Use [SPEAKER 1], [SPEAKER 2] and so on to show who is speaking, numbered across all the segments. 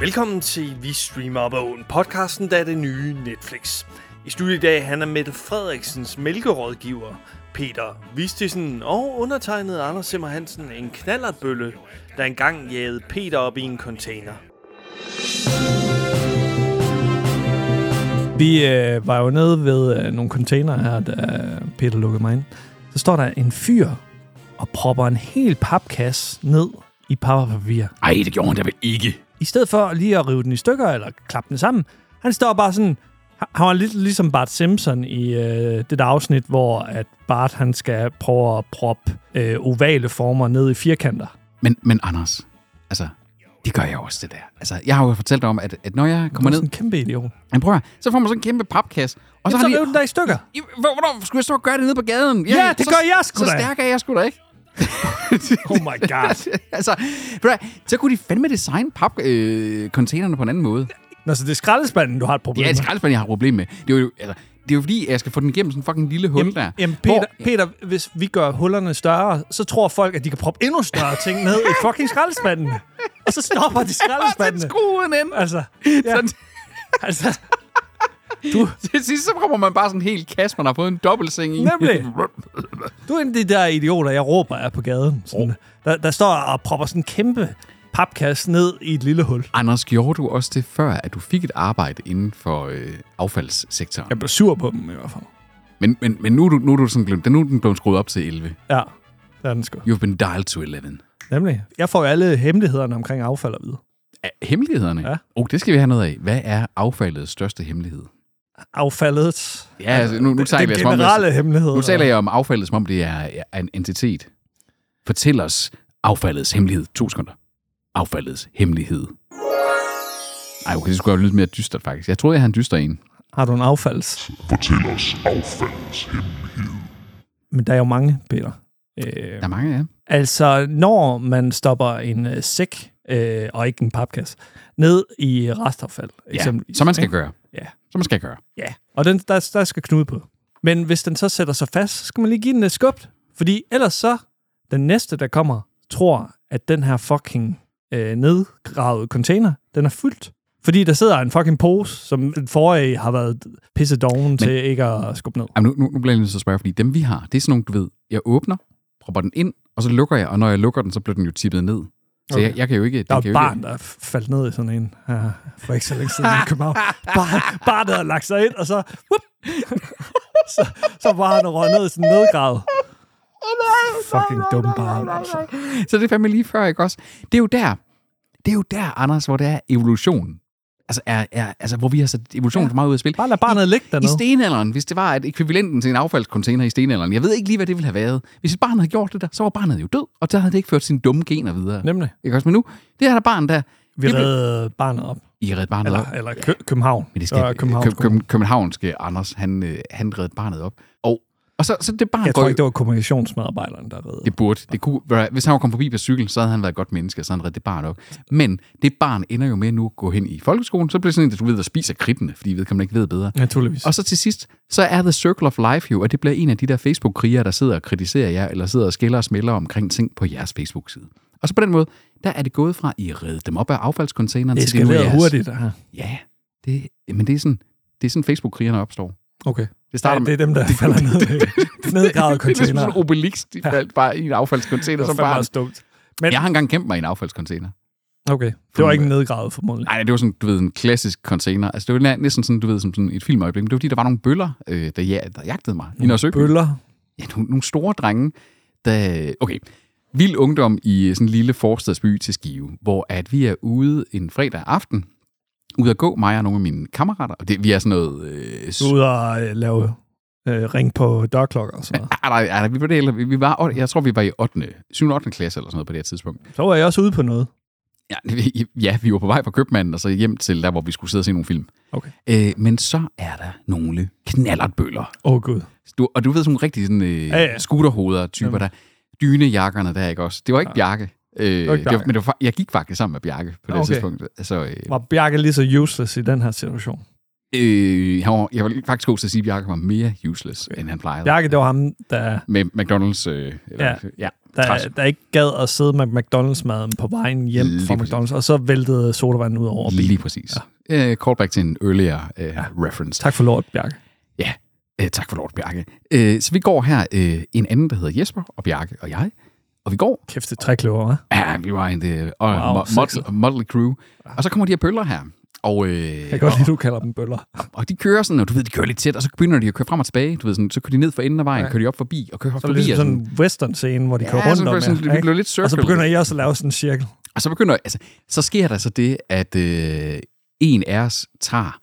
[SPEAKER 1] Velkommen til Vi Streamer Op ad Åen, podcasten, der er det nye Netflix. I studiet i dag han er Mette Frederiksens mælkerådgiver, Peter Vistisen og undertegnet Anders Simmer Hansen, en knallertbølle, der engang jagede Peter op i en container.
[SPEAKER 2] Vi øh, var jo nede ved øh, nogle container her, da Peter lukkede mig ind. Så står der en fyr og propper en hel papkasse ned i pappapir.
[SPEAKER 3] Ej, det gjorde han da vel ikke.
[SPEAKER 2] I stedet for lige at rive den i stykker eller klappe den sammen, han står bare sådan... han- Han var lidt ligesom Bart Simpson i øh, det der afsnit, hvor at Bart han skal prøve at proppe øh, ovale former ned i firkanter.
[SPEAKER 3] Men, men Anders, altså, det gør jeg også, det der. Altså, jeg har jo fortalt dig om, at, at når jeg kommer
[SPEAKER 2] Han er
[SPEAKER 3] ned,
[SPEAKER 2] sådan en kæmpe idiot.
[SPEAKER 3] jamen, prøv at, høre, så får man sådan en kæmpe papkasse. Og
[SPEAKER 2] Så,
[SPEAKER 3] så,
[SPEAKER 2] så
[SPEAKER 3] har de,
[SPEAKER 2] rive den der i stykker.
[SPEAKER 3] I, hvor- hvornår skulle jeg så gøre det nede på gaden?
[SPEAKER 2] Ja, det
[SPEAKER 3] så,
[SPEAKER 2] gør jeg sgu
[SPEAKER 3] Så
[SPEAKER 2] da.
[SPEAKER 3] stærk er jeg sgu da ikke.
[SPEAKER 2] Oh my god.
[SPEAKER 3] altså, ved du hvad, så kunne de fandme designe papcontainerne øh, containerne på en anden måde.
[SPEAKER 2] Nå, så det er skraldespanden, du har et problem
[SPEAKER 3] Det er
[SPEAKER 2] med.
[SPEAKER 3] et skraldespand, jeg har et problem med. Det er jo, altså, det er jo fordi, jeg skal få den igennem sådan en fucking lille hul
[SPEAKER 2] Jamen,
[SPEAKER 3] der.
[SPEAKER 2] jamen Peter,
[SPEAKER 3] hvor,
[SPEAKER 2] Peter, hvis vi gør hullerne større, så tror folk, at de kan proppe endnu større ting ned i fucking skraldespanden. Og så stopper de
[SPEAKER 3] Sådan
[SPEAKER 2] skraldespanden.
[SPEAKER 3] skruen ind.
[SPEAKER 2] Altså,
[SPEAKER 3] Ja.
[SPEAKER 2] ja,
[SPEAKER 3] Sådan,
[SPEAKER 2] altså,
[SPEAKER 3] til sidst, så kommer man bare sådan en hel kasse, man har fået en dobbeltseng i.
[SPEAKER 2] Nemlig. du er en af de der idioter, jeg råber af på gaden. Sådan, der, der står og propper sådan en kæmpe papkasse ned i et lille hul.
[SPEAKER 3] Anders, gjorde du også det før, at du fik et arbejde inden for øh, affaldssektoren?
[SPEAKER 2] Jeg blev sur på dem i hvert fald.
[SPEAKER 3] Men, men, men nu, er du, nu, er du sådan blevet, nu er den blevet skruet op til 11.
[SPEAKER 2] Ja, der er den sgu.
[SPEAKER 3] You've been dialed to 11.
[SPEAKER 2] Nemlig. Jeg får jo alle hemmelighederne omkring affald at vide.
[SPEAKER 3] Er hemmelighederne?
[SPEAKER 2] Ja.
[SPEAKER 3] Oh, det skal vi have noget af. Hvad er affaldets største hemmelighed?
[SPEAKER 2] Affaldet.
[SPEAKER 3] Ja, altså, nu, nu, taler
[SPEAKER 2] Den
[SPEAKER 3] jeg, som om,
[SPEAKER 2] generelle hemmelighed.
[SPEAKER 3] nu taler jeg om affaldet, som om det er, er en entitet. Fortæl os affaldets hemmelighed. To sekunder. Affaldets hemmelighed. Ej, okay, det skulle jo lyde mere dystert, faktisk. Jeg troede, jeg havde en dyster en.
[SPEAKER 2] Har du en affalds?
[SPEAKER 4] Fortæl os affaldets hemmelighed.
[SPEAKER 2] Men der er jo mange, Peter. Øh,
[SPEAKER 3] Der er mange, ja.
[SPEAKER 2] altså, når man stopper en øh, sæk, øh, og ikke en papkasse, ned i restaffald,
[SPEAKER 3] ja. Som man skal gøre.
[SPEAKER 2] Ja.
[SPEAKER 3] Som man skal gøre.
[SPEAKER 2] Ja, og den, der, der skal knude på. Men hvis den så sætter sig fast, så skal man lige give den et skub. Fordi ellers så, den næste, der kommer, tror, at den her fucking øh, nedgravede container, den er fyldt. Fordi der sidder en fucking pose, som den forrige har været pisse doven til ikke at skubbe ned.
[SPEAKER 3] Jamen, nu, nu, nu bliver jeg nødt til at spørge, fordi dem vi har, det er sådan nogle, du ved, jeg åbner, propper den ind, og så lukker jeg, og når jeg lukker den, så bliver den jo tippet ned. Så okay.
[SPEAKER 2] Okay.
[SPEAKER 3] jeg, jeg kan jo ikke... den
[SPEAKER 2] Der var
[SPEAKER 3] kan
[SPEAKER 2] et
[SPEAKER 3] jo
[SPEAKER 2] barn,
[SPEAKER 3] ikke-
[SPEAKER 2] der f- faldt ned i sådan en her for ikke så længe siden i København. Barn, barn der havde lagt sig ind, og så... Whoop, så, så var han røget ned i sådan en nedgrav. Fucking dum barn. Altså.
[SPEAKER 3] Så det er fandme lige før, ikke også? Det er jo der, det er jo der, Anders, hvor det er evolution. Altså, er, er, altså hvor vi har sat evolution ja. for meget ud af spil.
[SPEAKER 2] Bare lad barnet ligge
[SPEAKER 3] I
[SPEAKER 2] dernede.
[SPEAKER 3] stenalderen, hvis det var at ekvivalenten til en affaldscontainer i stenalderen, jeg ved ikke lige, hvad det ville have været. Hvis et barn havde gjort det der, så var barnet jo død, og der havde det ikke ført sine dumme gener videre.
[SPEAKER 2] Nemlig.
[SPEAKER 3] Ikke også? Men nu, det her der barn der,
[SPEAKER 2] Vi
[SPEAKER 3] det blev-
[SPEAKER 2] redde barnet op.
[SPEAKER 3] I redde barnet op.
[SPEAKER 2] Eller, eller Kø- København.
[SPEAKER 3] Men det skal
[SPEAKER 2] var
[SPEAKER 3] øh,
[SPEAKER 2] København.
[SPEAKER 3] Køb- Køb- københavnske Anders, han, øh, han redde barnet op. Og, og så, så det barn
[SPEAKER 2] Jeg
[SPEAKER 3] går
[SPEAKER 2] tror
[SPEAKER 3] jo-
[SPEAKER 2] ikke, det var kommunikationsmedarbejderen, der reddede.
[SPEAKER 3] det burde. Det kunne, ved du hvad, hvis han var kommet forbi på cykel, så havde han været et godt menneske, og så havde han reddet det barn op. Men det barn ender jo med nu at gå hen i folkeskolen, så bliver det sådan en, du ved, der spiser kridtene, fordi vedkommende ikke ved bedre.
[SPEAKER 2] Naturligvis.
[SPEAKER 3] Og så til sidst, så er The Circle of Life jo, at det bliver en af de der Facebook-krigere, der sidder og kritiserer jer, eller sidder og skiller og smælder omkring ting på jeres Facebook-side. Og så på den måde, der er det gået fra, at I redde dem op af affaldscontaineren,
[SPEAKER 2] Det
[SPEAKER 3] til det nu er
[SPEAKER 2] eskalerede
[SPEAKER 3] jeres.
[SPEAKER 2] hurtigt. det her.
[SPEAKER 3] Ja, det, men det er sådan, det er sådan Facebook-krigerne opstår.
[SPEAKER 2] Okay.
[SPEAKER 3] Det starter
[SPEAKER 2] Ja,
[SPEAKER 3] med,
[SPEAKER 2] det er dem, der falder ned i nedgravede
[SPEAKER 3] det er ligesom
[SPEAKER 2] container.
[SPEAKER 3] sådan en Obelix, de faldt bare i en affaldscontainer
[SPEAKER 2] Det var
[SPEAKER 3] som
[SPEAKER 2] fandme
[SPEAKER 3] barn.
[SPEAKER 2] også dumt. Men,
[SPEAKER 3] Jeg har engang gemt mig i en affaldscontainer.
[SPEAKER 2] okay. Det var ikke nedgravet, formodentlig.
[SPEAKER 3] Nej, det var sådan, du ved, en klassisk container. Altså, det var næsten sådan, du ved, som sådan et filmøjeblik. Men det var, fordi der var nogle bøller, øh, der, ja, der jagtede mig. i Nørresøby.
[SPEAKER 2] Bøller.
[SPEAKER 3] Ja, nogle, nogle store drenge, der... Okay, vild ungdom i sådan en lille forstadsby til Skive, hvor at vi er ude en fredag aften, ude at gå, mig og nogle af mine kammerater. Og det, vi er sådan noget... Øh,
[SPEAKER 2] Du er ude og øh, lave øh, ring på dørklokker og sådan noget.
[SPEAKER 3] Ej, nej, nej, vi var det, eller, vi vi var, jeg tror, vi var i 8. 7. 8. klasse eller sådan noget på det her tidspunkt.
[SPEAKER 2] Så var jeg også ude på noget.
[SPEAKER 3] Ja, vi- ja, vi var på vej fra købmanden og så hjem til der, hvor vi skulle sidde og se nogle film.
[SPEAKER 2] Okay.
[SPEAKER 3] Øh, men så er der nogle knallertbøller.
[SPEAKER 2] Åh, oh, gud.
[SPEAKER 3] Du, og du ved sådan nogle rigtige sådan, øh,
[SPEAKER 2] Ja,
[SPEAKER 3] ja,
[SPEAKER 2] ja.
[SPEAKER 3] ja. scooterhoveder-typer, der dynejakkerne der, ikke også? Det var ikke
[SPEAKER 2] Ja.
[SPEAKER 3] Bjarke. Øh, det
[SPEAKER 2] var ikke
[SPEAKER 3] var,
[SPEAKER 2] Bjarke.
[SPEAKER 3] men det var, fa- jeg gik faktisk sammen med Bjarke på det
[SPEAKER 2] Okay.
[SPEAKER 3] okay. tidspunkt. Så, øh,
[SPEAKER 2] Var Bjarke lige så useless i den her situation?
[SPEAKER 3] Øh, han var, jeg vil faktisk gå til at sige, at Bjarke var mere useless, end han plejede.
[SPEAKER 2] Bjarke, det var ham, der,
[SPEAKER 3] Med McDonald's... Øh, eller,
[SPEAKER 2] Ja.
[SPEAKER 3] ja træs.
[SPEAKER 2] der, der ikke gad at sidde med McDonald's-maden på vejen hjem
[SPEAKER 3] Lige
[SPEAKER 2] fra
[SPEAKER 3] præcis.
[SPEAKER 2] McDonald's, og så væltede sodavanden ud over bilen.
[SPEAKER 3] Lige præcis. Ja. Uh, callback til en earlier uh, ja. reference.
[SPEAKER 2] Tak for lort, Bjarke.
[SPEAKER 3] Ja, uh, tak for lort, Bjarke. Uh, så vi går her, uh, en anden, der hedder Jesper, og Bjarke og jeg, og vi går,
[SPEAKER 2] Kæft, det er tre klogere, hva'?
[SPEAKER 3] ja, vi var en uh,
[SPEAKER 2] Wow,
[SPEAKER 3] wow,
[SPEAKER 2] sexet. Ah.
[SPEAKER 3] model, model crew, og så kommer de her bøller her, og, øh,
[SPEAKER 2] Jeg kan godt lide, du kalder dem bøller.
[SPEAKER 3] og de kører sådan, og du ved, de kører lidt tæt, og så begynder de at køre frem og tilbage, du ved, sådan, så kører de ned for enden af vejen,
[SPEAKER 2] Ja.
[SPEAKER 3] kører de op forbi, og kører op
[SPEAKER 2] Så er det
[SPEAKER 3] forbi,
[SPEAKER 2] ligesom
[SPEAKER 3] og
[SPEAKER 2] sådan en western-scene, hvor de kører rundt
[SPEAKER 3] så
[SPEAKER 2] om
[SPEAKER 3] bliver sådan,
[SPEAKER 2] jer,
[SPEAKER 3] det
[SPEAKER 2] ikke?
[SPEAKER 3] bliver lidt circle.
[SPEAKER 2] Og så begynder I også at lave sådan en cirkel.
[SPEAKER 3] Og så begynder, altså, så sker der så det, at øh, en af os tager,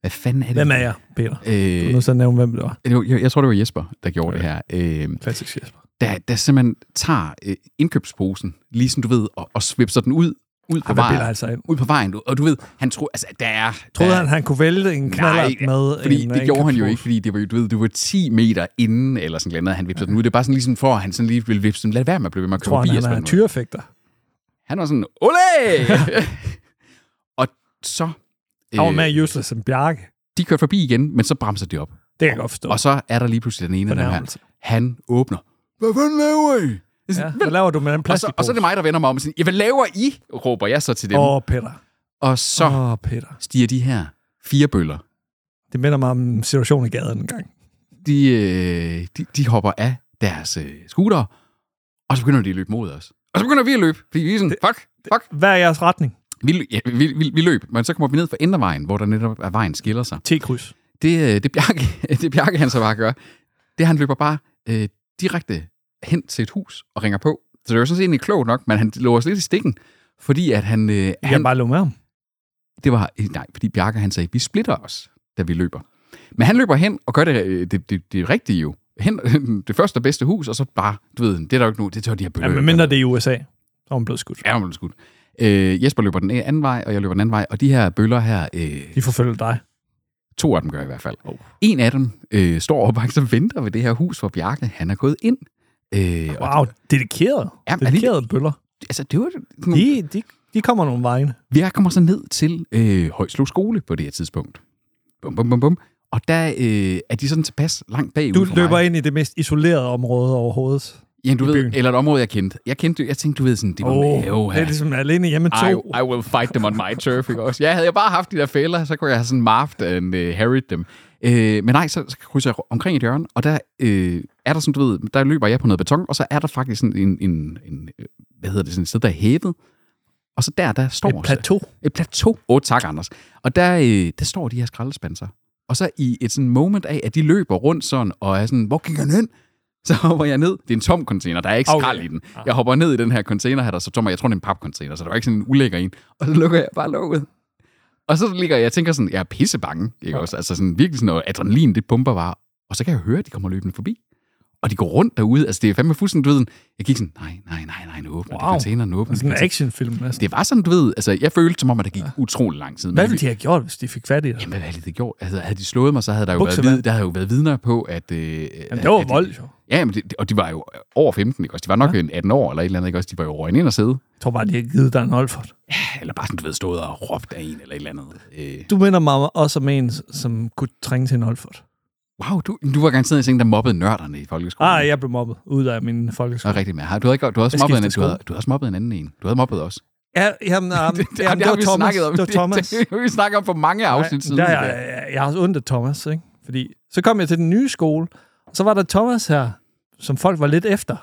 [SPEAKER 3] hvad fanden er det?
[SPEAKER 2] Hvem er jeg, Peter? Du er
[SPEAKER 3] Øh,
[SPEAKER 2] nødt til at nævne, hvem det var.
[SPEAKER 3] det var- jeg, jeg tror, det var Jesper, der gjorde okay. det her. Øh,
[SPEAKER 2] Klassisk Jesper.
[SPEAKER 3] der, der simpelthen tager øh, indkøbsposen, lige som du ved, og, og svipser den ud, ud på
[SPEAKER 2] Han bilder
[SPEAKER 3] vejen.
[SPEAKER 2] altså ind.
[SPEAKER 3] Ud på vejen, du, og du ved, han tror, altså, der er...
[SPEAKER 2] Troede
[SPEAKER 3] der,
[SPEAKER 2] han, han kunne vælte en knallert med
[SPEAKER 3] fordi
[SPEAKER 2] en øh,
[SPEAKER 3] det gjorde han jo
[SPEAKER 2] indkøbspose?
[SPEAKER 3] ikke, fordi det var, jo, du ved, det var 10 meter inden, eller sådan noget, han vipser den ud. Det er bare sådan lige sådan for, at han sådan lige ville vipse den. Lad være med at blive ved med at
[SPEAKER 2] Jeg tror,
[SPEAKER 3] køre forbi
[SPEAKER 2] han,
[SPEAKER 3] os på
[SPEAKER 2] han er
[SPEAKER 3] den måde.
[SPEAKER 2] tyrefægter.
[SPEAKER 3] Han var sådan, ole! og så... øh,
[SPEAKER 2] Han var mere useless end Bjarke.
[SPEAKER 3] de kørte forbi igen, men så bremser de op.
[SPEAKER 2] Det kan jeg godt forstå.
[SPEAKER 3] Og så er der lige pludselig den ene af dem her.
[SPEAKER 2] Fornærmelse.
[SPEAKER 3] Han åbner. Hvad fanden laver I? Jeg
[SPEAKER 2] Ja,
[SPEAKER 3] Sådan,
[SPEAKER 2] hvad laver du med den
[SPEAKER 3] og, så,
[SPEAKER 2] plastikpose?
[SPEAKER 3] og så er det mig, der vender mig om og siger, "Ja, hvad laver I? råber jeg så til dem.
[SPEAKER 2] Åh,
[SPEAKER 3] Og,
[SPEAKER 2] oh, Peter.
[SPEAKER 3] og så
[SPEAKER 2] Åh, oh, Peter.
[SPEAKER 3] stiger de her fire bøller.
[SPEAKER 2] Det minder mig om en situation i gaden en gang.
[SPEAKER 3] De, øh, de, de hopper af deres øh, scooter, og så begynder de at løbe mod os. Og så begynder vi at løbe, fordi vi er sådan, fuck, fuck.
[SPEAKER 2] Hvad er jeres retning?
[SPEAKER 3] Vi, lø- ja, vi, vi, vi løb, men så kommer vi ned for endervejen, hvor der netop er vejen skiller sig.
[SPEAKER 2] T-kryds.
[SPEAKER 3] det, øh, det, Bjarke, det Bjarke han så bare gør, det han løber bare øh, direkte hen til et hus og ringer på. Så det var sådan set egentlig klogt nok, men han lå os lidt i stikken, fordi at han... Øh,
[SPEAKER 2] Jeg kan
[SPEAKER 3] han
[SPEAKER 2] bare lå med ham.
[SPEAKER 3] det var, øh, nej, fordi Bjarke han sagde, vi splitter os, da vi løber. Men han løber hen og gør det, øh, det, det, det rigtige jo. Hen det første og bedste hus, og så bare, du ved, det er der jo ikke nu, det tør de her
[SPEAKER 2] Ja,
[SPEAKER 3] bøller.
[SPEAKER 2] men mindre det er i USA. Så er hun blevet skudt.
[SPEAKER 3] Ja, hun blev skudt. Øh, Jesper løber den anden vej, og jeg løber den anden vej, og de her bøller her, øh,
[SPEAKER 2] De forfølger dig.
[SPEAKER 3] To af dem gør i hvert fald. Oh. En af dem øh, står og faktisk og venter ved det her hus, hvor Bjarke han er gået ind. Øh, og,
[SPEAKER 2] Wow, dedikeret.
[SPEAKER 3] Ja, men
[SPEAKER 2] Dedikerede bøller.
[SPEAKER 3] altså, det var,
[SPEAKER 2] De,
[SPEAKER 3] nogle,
[SPEAKER 2] de, de kommer nogle vegne.
[SPEAKER 3] vi er- kommer så ned til øh, Højslo skole på det her tidspunkt. Bum, bum, bum, bum. Og der øh, er de sådan tilpas langt bagud
[SPEAKER 2] Du
[SPEAKER 3] for
[SPEAKER 2] løber
[SPEAKER 3] mig.
[SPEAKER 2] ind i det mest isolerede område overhovedet.
[SPEAKER 3] ja, du
[SPEAKER 2] i
[SPEAKER 3] ved,
[SPEAKER 2] byen.
[SPEAKER 3] eller et område, jeg kendte. Jeg kendte, jeg tænkte, du ved sådan, det var
[SPEAKER 2] Åh,
[SPEAKER 3] oh,
[SPEAKER 2] oh, det er ligesom alene hjemme to.
[SPEAKER 3] I, I will fight them on my turf, ikke også? Ja, havde jeg bare haft de der fælder, så kunne jeg have sådan marft and uh, harried dem. Øh, men nej, så, så krydser jeg omkring et hjørne, og der øh, er der sådan, du ved, der løber jeg på noget beton, og så er der faktisk sådan en, en, en øh, hvad hedder det, sådan et sted, der er hævet, og så der, der står...
[SPEAKER 2] Et plateau.
[SPEAKER 3] Et plateau. Åh, oh, tak, Anders. Og der, øh, der står de her skraldespanser. Og så i et sådan moment af, at de løber rundt sådan, og er sådan, hvor gik han hen? Så hopper jeg ned. Det er en tom container, der er ikke
[SPEAKER 2] Okay.
[SPEAKER 3] skrald i den. Jeg hopper ned i den her container her, der er så tom, og jeg tror, det er en papcontainer, så der var ikke sådan en ulækker en. Og så lukker jeg bare låget. Og så ligger jeg, jeg tænker sådan, jeg er pisse bange, ikke også? Altså sådan virkelig sådan noget adrenalin, det pumper bare. Og så kan jeg høre, at de kommer løbende forbi. Og de går rundt derude. Altså det er fandme fuldstændig, du ved, sådan, jeg gik sådan, nej, nej, nej, nej, nu åbner wow. Altså,
[SPEAKER 2] Wow.
[SPEAKER 3] de containeren, nu åbner de
[SPEAKER 2] Sådan en
[SPEAKER 3] containeren.
[SPEAKER 2] actionfilm næsten.
[SPEAKER 3] Det var sådan, du ved, altså jeg følte som om, at der gik ja. utrolig lang tid. Men
[SPEAKER 2] Hvad
[SPEAKER 3] vi-
[SPEAKER 2] ville de have gjort, hvis de fik fat i dig?
[SPEAKER 3] Jamen, hvad havde de gjort? Altså, havde de slået mig, så havde der jo, været,
[SPEAKER 2] Buksevand.
[SPEAKER 3] vid- der havde jo været vidner på, at... Øh, Jamen,
[SPEAKER 2] det var vold, jo.
[SPEAKER 3] Ja, men det, og de var jo over 15, ikke også? De var nok ja. 18 år eller et eller andet, ikke også? De var jo røgnet ind og sidde.
[SPEAKER 2] Jeg tror bare, de har givet dig en Olfert.
[SPEAKER 3] Eller bare sådan, du ved, stået og råbt af en eller et eller andet. Øh,
[SPEAKER 2] Du minder mig også om en, som kunne trænge til en Olfert.
[SPEAKER 3] wow, du, du var garanteret sådan en, der mobbede nørderne i folkeskolen.
[SPEAKER 2] Ah, jeg blev mobbet ud af min folkeskole.
[SPEAKER 3] Det var rigtigt med. Har- Du havde, ikke, du havde også
[SPEAKER 2] Jeg
[SPEAKER 3] mobbet en,
[SPEAKER 2] skifter
[SPEAKER 3] du havde, du havde også mobbet en anden en. Du havde mobbet os.
[SPEAKER 2] Ja, jamen, um, det, jamen, det,
[SPEAKER 3] har
[SPEAKER 2] var
[SPEAKER 3] vi
[SPEAKER 2] Thomas.
[SPEAKER 3] snakket om.
[SPEAKER 2] Det var Thomas.
[SPEAKER 3] Det, det, har vi snakket om for mange afsnit siden.
[SPEAKER 2] der,
[SPEAKER 3] det
[SPEAKER 2] jeg, jeg, jeg har også ondt af Thomas, ikke? Fordi så kom jeg til den nye skole, og så var der Thomas her, som folk var lidt efter.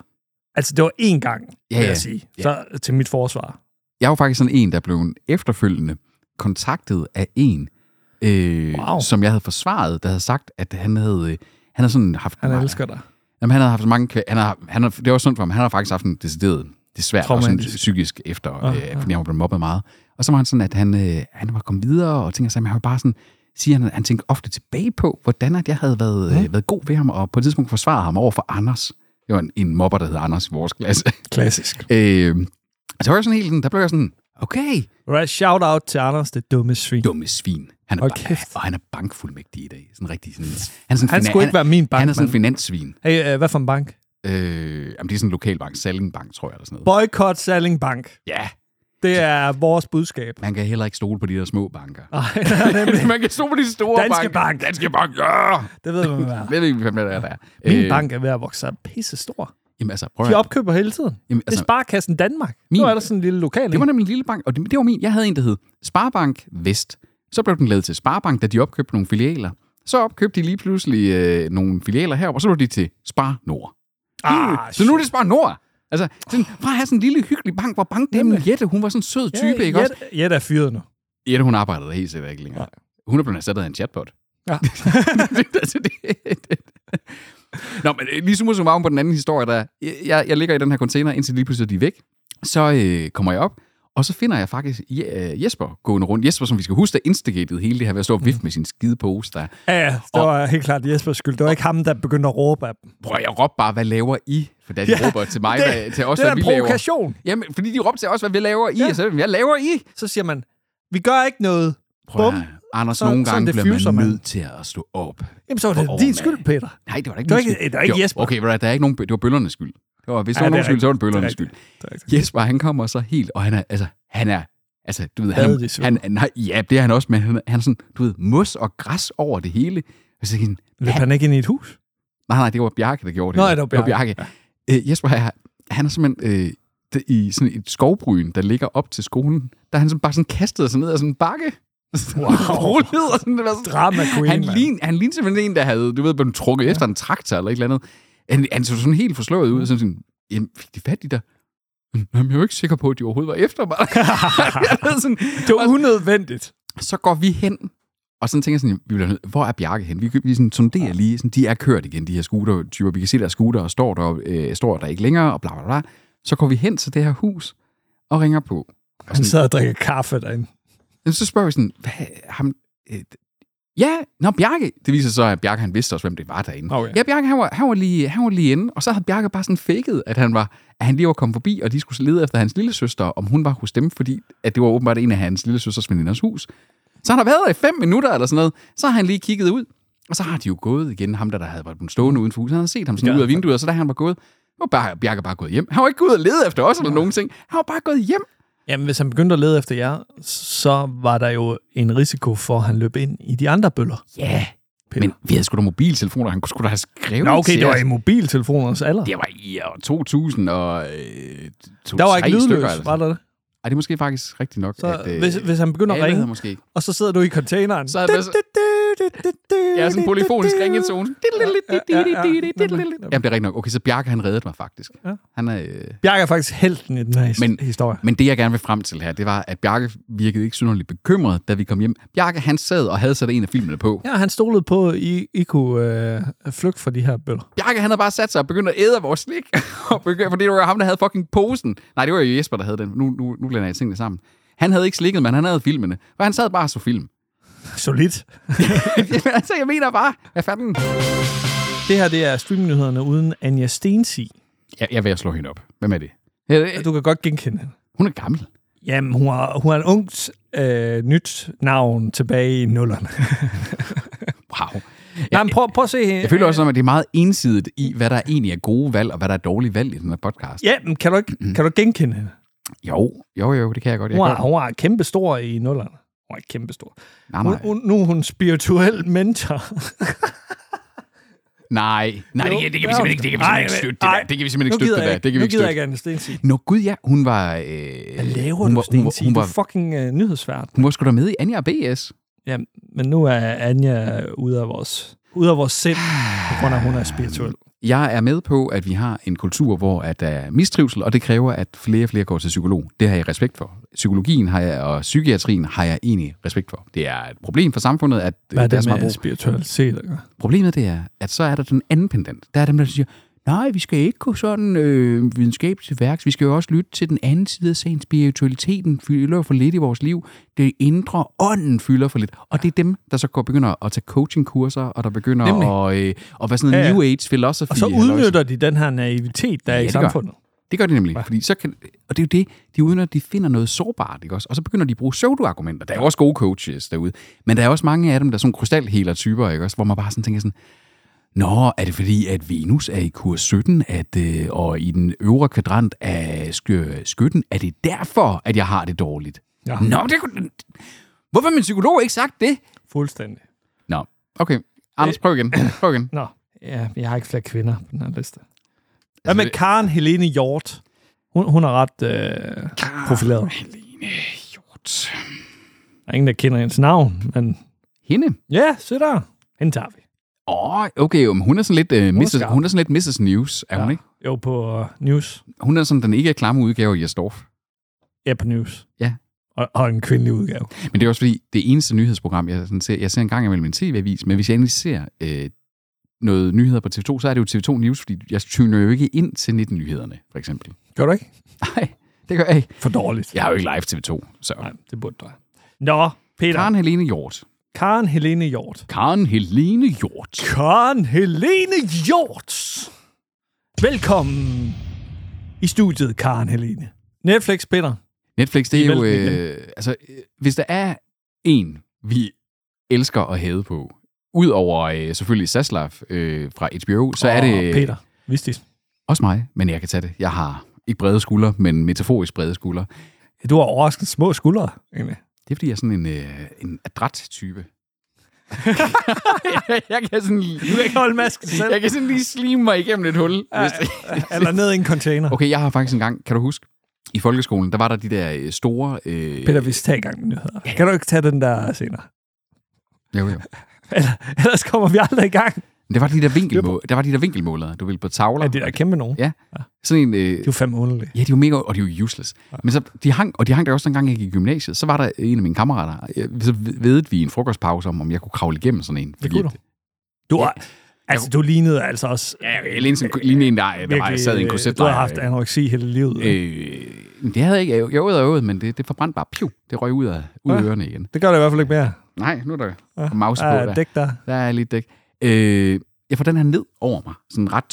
[SPEAKER 2] Altså, det var én gang,
[SPEAKER 3] Ja,
[SPEAKER 2] ja, vil
[SPEAKER 3] ja.
[SPEAKER 2] jeg sige, så, til mit forsvar.
[SPEAKER 3] jeg var faktisk sådan en, der blev efterfølgende kontaktet af en, øh, wow.
[SPEAKER 2] Wow.
[SPEAKER 3] som jeg havde forsvaret, der havde sagt, at han havde, øh, han havde sådan haft...
[SPEAKER 2] Han elsker dig.
[SPEAKER 3] Jamen, han havde haft så mange... kva- Han havde, han havde, det var sundt for ham. Han har faktisk haft en decideret desværre og sådan
[SPEAKER 2] Traumatisk.
[SPEAKER 3] psykisk efter, ah, øh, fordi han blev mobbet meget. Og så var han sådan, at han, øh, han var kommet videre og tænker sig, at han var bare sådan siger han, at han tænker ofte tilbage på, hvordan at jeg havde været, øh, været god ved ham, og på et tidspunkt forsvarede ham over for Anders. Det var en, en mobber, der hed Anders i vores klasse.
[SPEAKER 2] Klassisk.
[SPEAKER 3] øh, og så var jeg sådan helt, sådan- der blev jeg sådan, okay,
[SPEAKER 2] Right, shout out til Anders, det dumme svin.
[SPEAKER 3] dumme svin. Han er
[SPEAKER 2] Hold
[SPEAKER 3] ba-
[SPEAKER 2] kæft.
[SPEAKER 3] og han er bankfuldmægtig i dag. Sådan rigtig sådan, han, er sådan
[SPEAKER 2] Han skulle ikke være min bank,
[SPEAKER 3] Han er sådan en
[SPEAKER 2] mand.
[SPEAKER 3] finanssvin.
[SPEAKER 2] Hey, øh, hvad for en bank?
[SPEAKER 3] Øh, jamen, det er sådan en lokalbank. Salling Bank, tror jeg, eller sådan noget.
[SPEAKER 2] Boykot Salling Bank.
[SPEAKER 3] Ja.
[SPEAKER 2] Det er vores budskab.
[SPEAKER 3] Man kan heller ikke stole på de der små banker.
[SPEAKER 2] Nej, nej, nej,
[SPEAKER 3] man kan stole på de store
[SPEAKER 2] Danske
[SPEAKER 3] banker.
[SPEAKER 2] Bank.
[SPEAKER 3] Danske Bank, ja!
[SPEAKER 2] det ved man hvad.
[SPEAKER 3] Jeg ved ikke, hvem det er, der er.
[SPEAKER 2] Min bank er ved at vokse sig pisse stor.
[SPEAKER 3] Jamen altså, prøv at
[SPEAKER 2] De opkøber hele tiden.
[SPEAKER 3] Jamen,
[SPEAKER 2] Det
[SPEAKER 3] altså-
[SPEAKER 2] er Sparkassen Danmark.
[SPEAKER 3] Min-
[SPEAKER 2] Nu er der sådan en lille lokal.
[SPEAKER 3] Det
[SPEAKER 2] ikke?
[SPEAKER 3] var nemlig en lille bank, og det, det var min. Jeg havde en, der hed Sparebank Vest. Så blev den lavet til Sparebank, da de opkøbte nogle filialer. Så opkøbte de lige pludselig øh, nogle filialer heroppe, og så blev de til Spar Nord.
[SPEAKER 2] Ah,
[SPEAKER 3] så nu er det Spar Nord. Altså, sådan, fra at have sådan en lille hyggelig bank, hvor bankdamen Jette, hun var sådan en sød type, ikke også?
[SPEAKER 2] Jette, Jette er fyret nu.
[SPEAKER 3] Jette, hun arbejdede der helt sikkert ikke længere. Hun er blevet erstattet af en chatbot.
[SPEAKER 2] Ja.
[SPEAKER 3] Det- altså, det- det- Nå, men øh, lige summa summarum på den anden historie, der er, jeg, jeg ligger i den her container, indtil lige pludselig de er væk. Så øh, kommer jeg op, og så finder jeg faktisk Je- øh, Jesper gående rundt. Jesper, som vi skal huske, der instigatede hele det her ved at stå
[SPEAKER 2] Mm.
[SPEAKER 3] og vifte med sin skide pose. Der.
[SPEAKER 2] Ja, ja, det
[SPEAKER 3] Og-
[SPEAKER 2] var øh, helt klart Jespers skyld. Det var ikke ham, der begyndte at råbe af dem.
[SPEAKER 3] Prøv, jeg råbte bare, hvad laver I? For da de ja,
[SPEAKER 2] Ja,
[SPEAKER 3] råber til mig, det, hvad, til os,
[SPEAKER 2] det
[SPEAKER 3] hvad
[SPEAKER 2] er
[SPEAKER 3] vi
[SPEAKER 2] en
[SPEAKER 3] laver.
[SPEAKER 2] provokation.
[SPEAKER 3] Jamen, fordi de råbte til os, hvad vi laver I.
[SPEAKER 2] Ja.
[SPEAKER 3] Ja. Så, hvad laver I?
[SPEAKER 2] Så siger man, vi gør ikke noget.
[SPEAKER 3] Prøv, at
[SPEAKER 2] Bum.
[SPEAKER 3] høre, Anders,
[SPEAKER 2] Så-
[SPEAKER 3] nogle
[SPEAKER 2] så
[SPEAKER 3] gange
[SPEAKER 2] diffuser
[SPEAKER 3] bliver man
[SPEAKER 2] man.
[SPEAKER 3] nødt til at stå op.
[SPEAKER 2] Jamen, så var det
[SPEAKER 3] For
[SPEAKER 2] din
[SPEAKER 3] overmand.
[SPEAKER 2] skyld, Peter.
[SPEAKER 3] Nej, det var da
[SPEAKER 2] Det
[SPEAKER 3] ikke
[SPEAKER 2] var
[SPEAKER 3] min
[SPEAKER 2] ikke-
[SPEAKER 3] skyld.
[SPEAKER 2] det var ikke
[SPEAKER 3] Jo,
[SPEAKER 2] Jesper.
[SPEAKER 3] Okay, ved du hvad, der er ikke nogen, det var bøllernes skyld. Det var, hvis
[SPEAKER 2] Ja,
[SPEAKER 3] der var
[SPEAKER 2] det er
[SPEAKER 3] nogen skyld, så var det bøllernes
[SPEAKER 2] rigtigt.
[SPEAKER 3] skyld.
[SPEAKER 2] Det er rigtigt.
[SPEAKER 3] Jesper, han kommer så helt, og han er, altså, han er, altså, du ved, han,
[SPEAKER 2] Badet i
[SPEAKER 3] er,
[SPEAKER 2] sved.
[SPEAKER 3] han, nej, ja, det er han også, men han, er- han er sådan, du ved, mos og græs over det hele. Og så tænker jeg, sådan,
[SPEAKER 2] Løb han ikke ind i et hus?
[SPEAKER 3] nej, nej, det var Bjarke, der gjorde det.
[SPEAKER 2] Nå, ja, det var
[SPEAKER 3] Bjarke. Øh, Jesper, han, han er simpelthen øh, det- i sådan et skovbryn, der ligger op til skolen, der er han sådan, bare sådan kastet sig ned af sådan en bakke. Wow. Rullet og sådan, det var sådan,
[SPEAKER 2] Drama queen,
[SPEAKER 3] han,
[SPEAKER 2] mand.
[SPEAKER 3] lign, han lignede simpelthen en, der havde, du ved, blevet trukket ja. efter en traktor eller et eller andet. Han, han så sådan helt forslået ud, og sådan sådan, jamen, fik de fat i dig? "Jamen, jeg er jo ikke sikker på, at de overhovedet var efter mig. Jeg ved sådan,
[SPEAKER 2] Det var unødvendigt.
[SPEAKER 3] så går vi hen, og sådan tænker jeg sådan, vi bliver nødt- hvor er Bjarke hen? Vi, vi sådan sonderer lige, sådan, de er kørt igen, de her scootertyper. Vi kan se, der er scooter, og står der, øh, står der ikke længere, og bla bla bla. Så går vi hen til det her hus, og ringer på. Og
[SPEAKER 2] Han
[SPEAKER 3] sådan,
[SPEAKER 2] sad og drikker kaffe derinde.
[SPEAKER 3] Jamen, så spørger vi sådan, hvad, ham, øh, d- ja, nå, Bjarke. Det viser sig så, at Bjarke, han vidste også, hvem det var derinde.
[SPEAKER 2] Okay.
[SPEAKER 3] Ja, Bjarke, han var, han, var lige, han var lige inde, og så havde Bjarke bare sådan faked, at han, var, at han lige var kommet forbi, og de skulle lede efter hans lille søster, om hun var hos dem, fordi at det var åbenbart en af hans lille søsters veninders hus. Så han har været der i fem minutter eller sådan noget, så har han lige kigget ud, og så har de jo gået igen, ham der, der havde været blevet stående uden for huset, han havde set ham sådan ja,
[SPEAKER 2] Ja,
[SPEAKER 3] ud af vinduet, og så da han var gået, var bare, Bjarke bare gået hjem. Han var ikke gået og lede efter os eller nogen ting. Han var bare gået hjem.
[SPEAKER 2] Jamen, hvis han begyndte at lede efter jer, så var der jo en risiko for, at han løb ind i de andre bøller.
[SPEAKER 3] Ja, yeah.
[SPEAKER 2] Peter.
[SPEAKER 3] Men vi havde sgu da mobiltelefoner, han skulle da have skrevet
[SPEAKER 2] Nå, okay,
[SPEAKER 3] til
[SPEAKER 2] det var
[SPEAKER 3] os.
[SPEAKER 2] i mobiltelefonernes alder.
[SPEAKER 3] Det var i år 2000 og øh, to,
[SPEAKER 2] Der var ikke
[SPEAKER 3] tre stykker,
[SPEAKER 2] lydløs, var
[SPEAKER 3] eller sådan.
[SPEAKER 2] der det?
[SPEAKER 3] Ej, det er måske faktisk rigtigt nok.
[SPEAKER 2] Så
[SPEAKER 3] at, øh,
[SPEAKER 2] hvis, hvis han begynder at
[SPEAKER 3] alle havde
[SPEAKER 2] ringe,
[SPEAKER 3] måske ikke.
[SPEAKER 2] og så sidder du i containeren.
[SPEAKER 3] Så er det- Ja, sådan en polyfonisk ringetone. Jamen, det er rigtigt nok. Okay, så Bjarke, han reddede mig faktisk.
[SPEAKER 2] Ja.
[SPEAKER 3] Han er, øh...
[SPEAKER 2] Bjarke er faktisk helten i den her his-
[SPEAKER 3] Men-
[SPEAKER 2] historie.
[SPEAKER 3] Men det, jeg gerne vil frem til her, det var, at Bjarke virkede ikke synderligt bekymret, da vi kom hjem. Bjarke, han sad og havde sat en af filmene på.
[SPEAKER 2] Ja, han stolede på, at I, I kunne øh, flygte fra de her bøller.
[SPEAKER 3] Bjarke, han havde bare sat sig og begyndt at æde af vores slik. Og begyndte- fordi det var ham, der havde fucking posen. Nej, det var jo Jesper, der havde den. Nu, nu, nu blander jeg tingene sammen. Han havde ikke slikket, men han havde filmene. For han sad bare og så film.
[SPEAKER 2] Solidt.
[SPEAKER 3] Jamen, altså, jeg mener bare, hvad fanden?
[SPEAKER 2] Det her, det er streamnyhederne uden Anja Stensi.
[SPEAKER 3] Jeg, jeg vil at slå hende op. Hvem er det? Ja, det-
[SPEAKER 2] Du kan godt genkende hende.
[SPEAKER 3] Hun er gammel.
[SPEAKER 2] Jamen, hun har, hun har en ungt øh, nyt navn tilbage i nullerne.
[SPEAKER 3] Wow.
[SPEAKER 2] Nej, men prøv, prøv at se.
[SPEAKER 3] Jeg føler også, som, at det er meget ensidigt i, hvad der egentlig er gode valg, og hvad der er dårlige valg i den her podcast.
[SPEAKER 2] Ja, men kan du ikke,
[SPEAKER 3] Mm-hmm.
[SPEAKER 2] kan du ikke genkende hende?
[SPEAKER 3] Jo, jo, jo, det kan jeg godt. Jeg
[SPEAKER 2] Hun
[SPEAKER 3] kan
[SPEAKER 2] er, hun er kæmpe stor i nullerne. Hun er kæmpe stor.
[SPEAKER 3] godt- Nej,
[SPEAKER 2] Hun,
[SPEAKER 3] nej.
[SPEAKER 2] hun, nu er hun spirituel mentor.
[SPEAKER 3] Nej, nej, det, kan- det kan vi simpelthen ikke, det kan vi simpelthen ikke støtte det der. Det kan vi simpelthen ikke
[SPEAKER 2] Nu gider
[SPEAKER 3] støtte det
[SPEAKER 2] jeg
[SPEAKER 3] der. Det kan vi
[SPEAKER 2] nu
[SPEAKER 3] ikke
[SPEAKER 2] gider jeg
[SPEAKER 3] støtte.
[SPEAKER 2] ikke Anja Stensi.
[SPEAKER 3] Nå gud ja, hun var... Øh,
[SPEAKER 2] Hvad laver
[SPEAKER 3] hun
[SPEAKER 2] du,
[SPEAKER 3] var, hun, var,
[SPEAKER 2] Stensi?
[SPEAKER 3] hun,
[SPEAKER 2] Du
[SPEAKER 3] var,
[SPEAKER 2] er fucking øh, nyhedsvært.
[SPEAKER 3] hun var sgu da med i Anja og BS.
[SPEAKER 2] Ja, men nu er Anja ude af vores, ude af vores sind, på grund af, at hun er spirituel.
[SPEAKER 3] Jeg er med på, at vi har en kultur, hvor at der er mistrivsel, og det kræver, at flere og flere går til psykolog. Det har jeg respekt for. Psykologien har jeg, og psykiatrien har jeg egentlig respekt for. Det er et problem for samfundet, at øh,
[SPEAKER 2] Hvad er
[SPEAKER 3] der er
[SPEAKER 2] det
[SPEAKER 3] så meget
[SPEAKER 2] med
[SPEAKER 3] brug.
[SPEAKER 2] spiritualitet? at gøre?
[SPEAKER 3] Problemet det er, at så er der den anden pendant. Der er dem, der siger, nej, vi skal ikke gå sådan øh, videnskabeligt til værks. Vi skal jo også lytte til den anden side af sagen. Spiritualiteten fylder for lidt i vores liv. Det indre ånden fylder for lidt. Og det er dem, der så går begynder at tage coachingkurser, og der begynder at, øh, at være sådan en
[SPEAKER 2] Ja, ja.
[SPEAKER 3] new age philosophy.
[SPEAKER 2] Og så
[SPEAKER 3] halløjsa.
[SPEAKER 2] udnytter de den her naivitet, der er
[SPEAKER 3] Ja,
[SPEAKER 2] i
[SPEAKER 3] det gør.
[SPEAKER 2] samfundet.
[SPEAKER 3] Det gør de nemlig. Fordi så kan, og det er jo det, de uden at de finder noget sårbart, ikke også? Og så begynder de at bruge pseudo-argumenter. Der er jo også gode coaches derude. Men der er også mange af dem, der er sådan krystalheler typer, ikke også? Hvor man bare sådan tænker sådan, Nå, er det fordi, at Venus er i kurs 17, at, øh, og i den øvre kvadrant af sky, skytten. Er det derfor, at jeg har det dårligt?
[SPEAKER 2] Ja.
[SPEAKER 3] Ja. Nå, men det kunne... Hvorfor har min psykolog ikke sagt det?
[SPEAKER 2] Fuldstændig.
[SPEAKER 3] Nå, okay. Anders, prøv igen. Prøv igen.
[SPEAKER 2] Nå, ja, jeg har ikke flere kvinder på den her liste. Hvad
[SPEAKER 3] Altså,
[SPEAKER 2] med Karen Helene Hjort? Hun, hun er ret øh, profileret.
[SPEAKER 3] Helene Hjort.
[SPEAKER 2] Der er ingen, der kender hendes navn, men
[SPEAKER 3] Hende?
[SPEAKER 2] ja, se der. Hende tager vi.
[SPEAKER 3] Åh, oh, okay. men Hun er sådan lidt, uh, Mrs.,
[SPEAKER 2] skarp.
[SPEAKER 3] hun er sådan lidt Mrs. News, er ja. hun ikke?
[SPEAKER 2] Jo, på uh, News.
[SPEAKER 3] Hun er sådan den ikke er klamme udgave af Jesdorf.
[SPEAKER 2] Ja, på News.
[SPEAKER 3] Ja.
[SPEAKER 2] Og, og en kvindelig udgave.
[SPEAKER 3] Men det er også fordi, det eneste nyhedsprogram, jeg sådan ser, jeg ser en gang imellem en tv-avis, men hvis jeg endelig ser øh, noget nyheder på TV2, så er det jo TV2 News, fordi jeg tuner jo ikke ind til 19 nyhederne, for eksempel.
[SPEAKER 2] Gør du ikke?
[SPEAKER 3] Nej, det gør jeg ikke.
[SPEAKER 2] For dårligt.
[SPEAKER 3] Jeg har jo ikke live TV2, så...
[SPEAKER 2] Nej, det burde du have. Nå, Peter. Karen,
[SPEAKER 3] Karen Helene Hjort.
[SPEAKER 2] Karen Helene Hjort.
[SPEAKER 3] Karen Helene Hjort.
[SPEAKER 2] Karen Helene Hjort. Velkommen i studiet, Karen Helene. Netflix, Peter.
[SPEAKER 3] Netflix, det
[SPEAKER 2] Vi
[SPEAKER 3] er jo...
[SPEAKER 2] vælter den
[SPEAKER 3] Øh, altså, øh, hvis der er en, vi elsker at hade på, udover øh, selvfølgelig Saslav øh, fra HBO, så er
[SPEAKER 2] Og
[SPEAKER 3] det
[SPEAKER 2] Peter. Vistis.
[SPEAKER 3] også mig, men jeg kan tage det. Jeg har ikke brede skuldre, men metaforisk brede skuldre.
[SPEAKER 2] Du har overrasket små skuldre, egentlig.
[SPEAKER 3] Det er, fordi jeg er sådan en, øh, en adræt-type. jeg kan sådan
[SPEAKER 2] Du kan
[SPEAKER 3] lige...
[SPEAKER 2] ikke holde masken selv.
[SPEAKER 3] Jeg kan sådan lige slime mig igennem et hul. Hvis det,
[SPEAKER 2] Eller ned i en container. Okay.
[SPEAKER 3] Okay, jeg har faktisk engang, kan du huske, i folkeskolen, der var der de der øh, store... Øh,
[SPEAKER 2] Peter, vi skal tage i gang med nyheder. Kan du ikke tage den der senere?
[SPEAKER 3] jo, jo.
[SPEAKER 2] Ellers kommer vi aldrig i gang.
[SPEAKER 3] Men Det var de der, vinkelmål, der, var de der vinkelmålere, du ville på tavler.
[SPEAKER 2] Ja, det er da kæmpe nogen.
[SPEAKER 3] Ja. Sådan en, øh,
[SPEAKER 2] Det er jo fandme underligt.
[SPEAKER 3] ja, de var mega, og de var useless. Men så, de hang, og de hang der også, dengang jeg gik i gymnasiet. Så var der en af mine kammerater, øh, så vedede vi i en frokostpause om, om jeg kunne kravle igennem sådan en.
[SPEAKER 2] Det kunne du. Du, ja. altså, du lignede altså også...
[SPEAKER 3] Ja, jeg lignede sådan- lignede en, der, der var, jeg sad i en korset.
[SPEAKER 2] øh, Du har haft anoreksi hele livet. Øh.
[SPEAKER 3] Øh, men det havde jeg ikke. Jeg øvede og øvede, men det, det forbrændte bare. Piu, det røg ud af, ud af ørerne igen.
[SPEAKER 2] Det gør det i hvert fald ikke mere.
[SPEAKER 3] Nej, nu er der
[SPEAKER 2] Ja.
[SPEAKER 3] mouse på.
[SPEAKER 2] Der er
[SPEAKER 3] der.
[SPEAKER 2] dæk der.
[SPEAKER 3] Der er lidt dæk. Øh, jeg får den her ned over mig, sådan ret...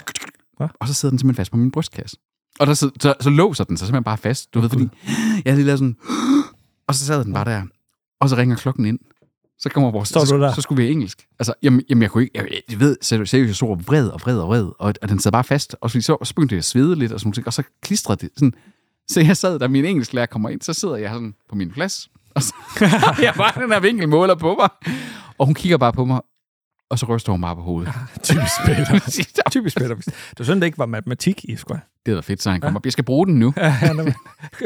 [SPEAKER 2] Hva?
[SPEAKER 3] Og så sidder den simpelthen fast på min brystkasse. Og der sidder, så, så låser den sig simpelthen bare fast, du ved, fordi jeg havde lige lavet sådan... Og så sad den bare der. Og så ringer klokken ind. Så kommer vores...
[SPEAKER 2] Står
[SPEAKER 3] så,
[SPEAKER 2] du der?
[SPEAKER 3] så, skulle vi have engelsk. Altså, jamen, jamen jeg kunne ikke... Jeg, jeg ved, ser- seriøst, jeg så vred og vred og vred, og, og den sad bare fast. Og så, så, så begyndte jeg at svede lidt, og, sådan, nogle ting, og så klistrede det sådan... Så jeg sad, da min engelsklærer kommer ind, så sidder jeg sådan på min plads, og så har jeg bare den her vinkelmåler på mig. Og hun kigger bare på mig, og så ryster hun mig på hovedet.
[SPEAKER 2] Typisk Peter.
[SPEAKER 3] det
[SPEAKER 2] Typisk Peter. Det var sådan, det ikke var matematik, I skulle have.
[SPEAKER 3] er da fedt, så han kommer op. Jeg skal bruge den nu.
[SPEAKER 2] Ja, ja, nemlig.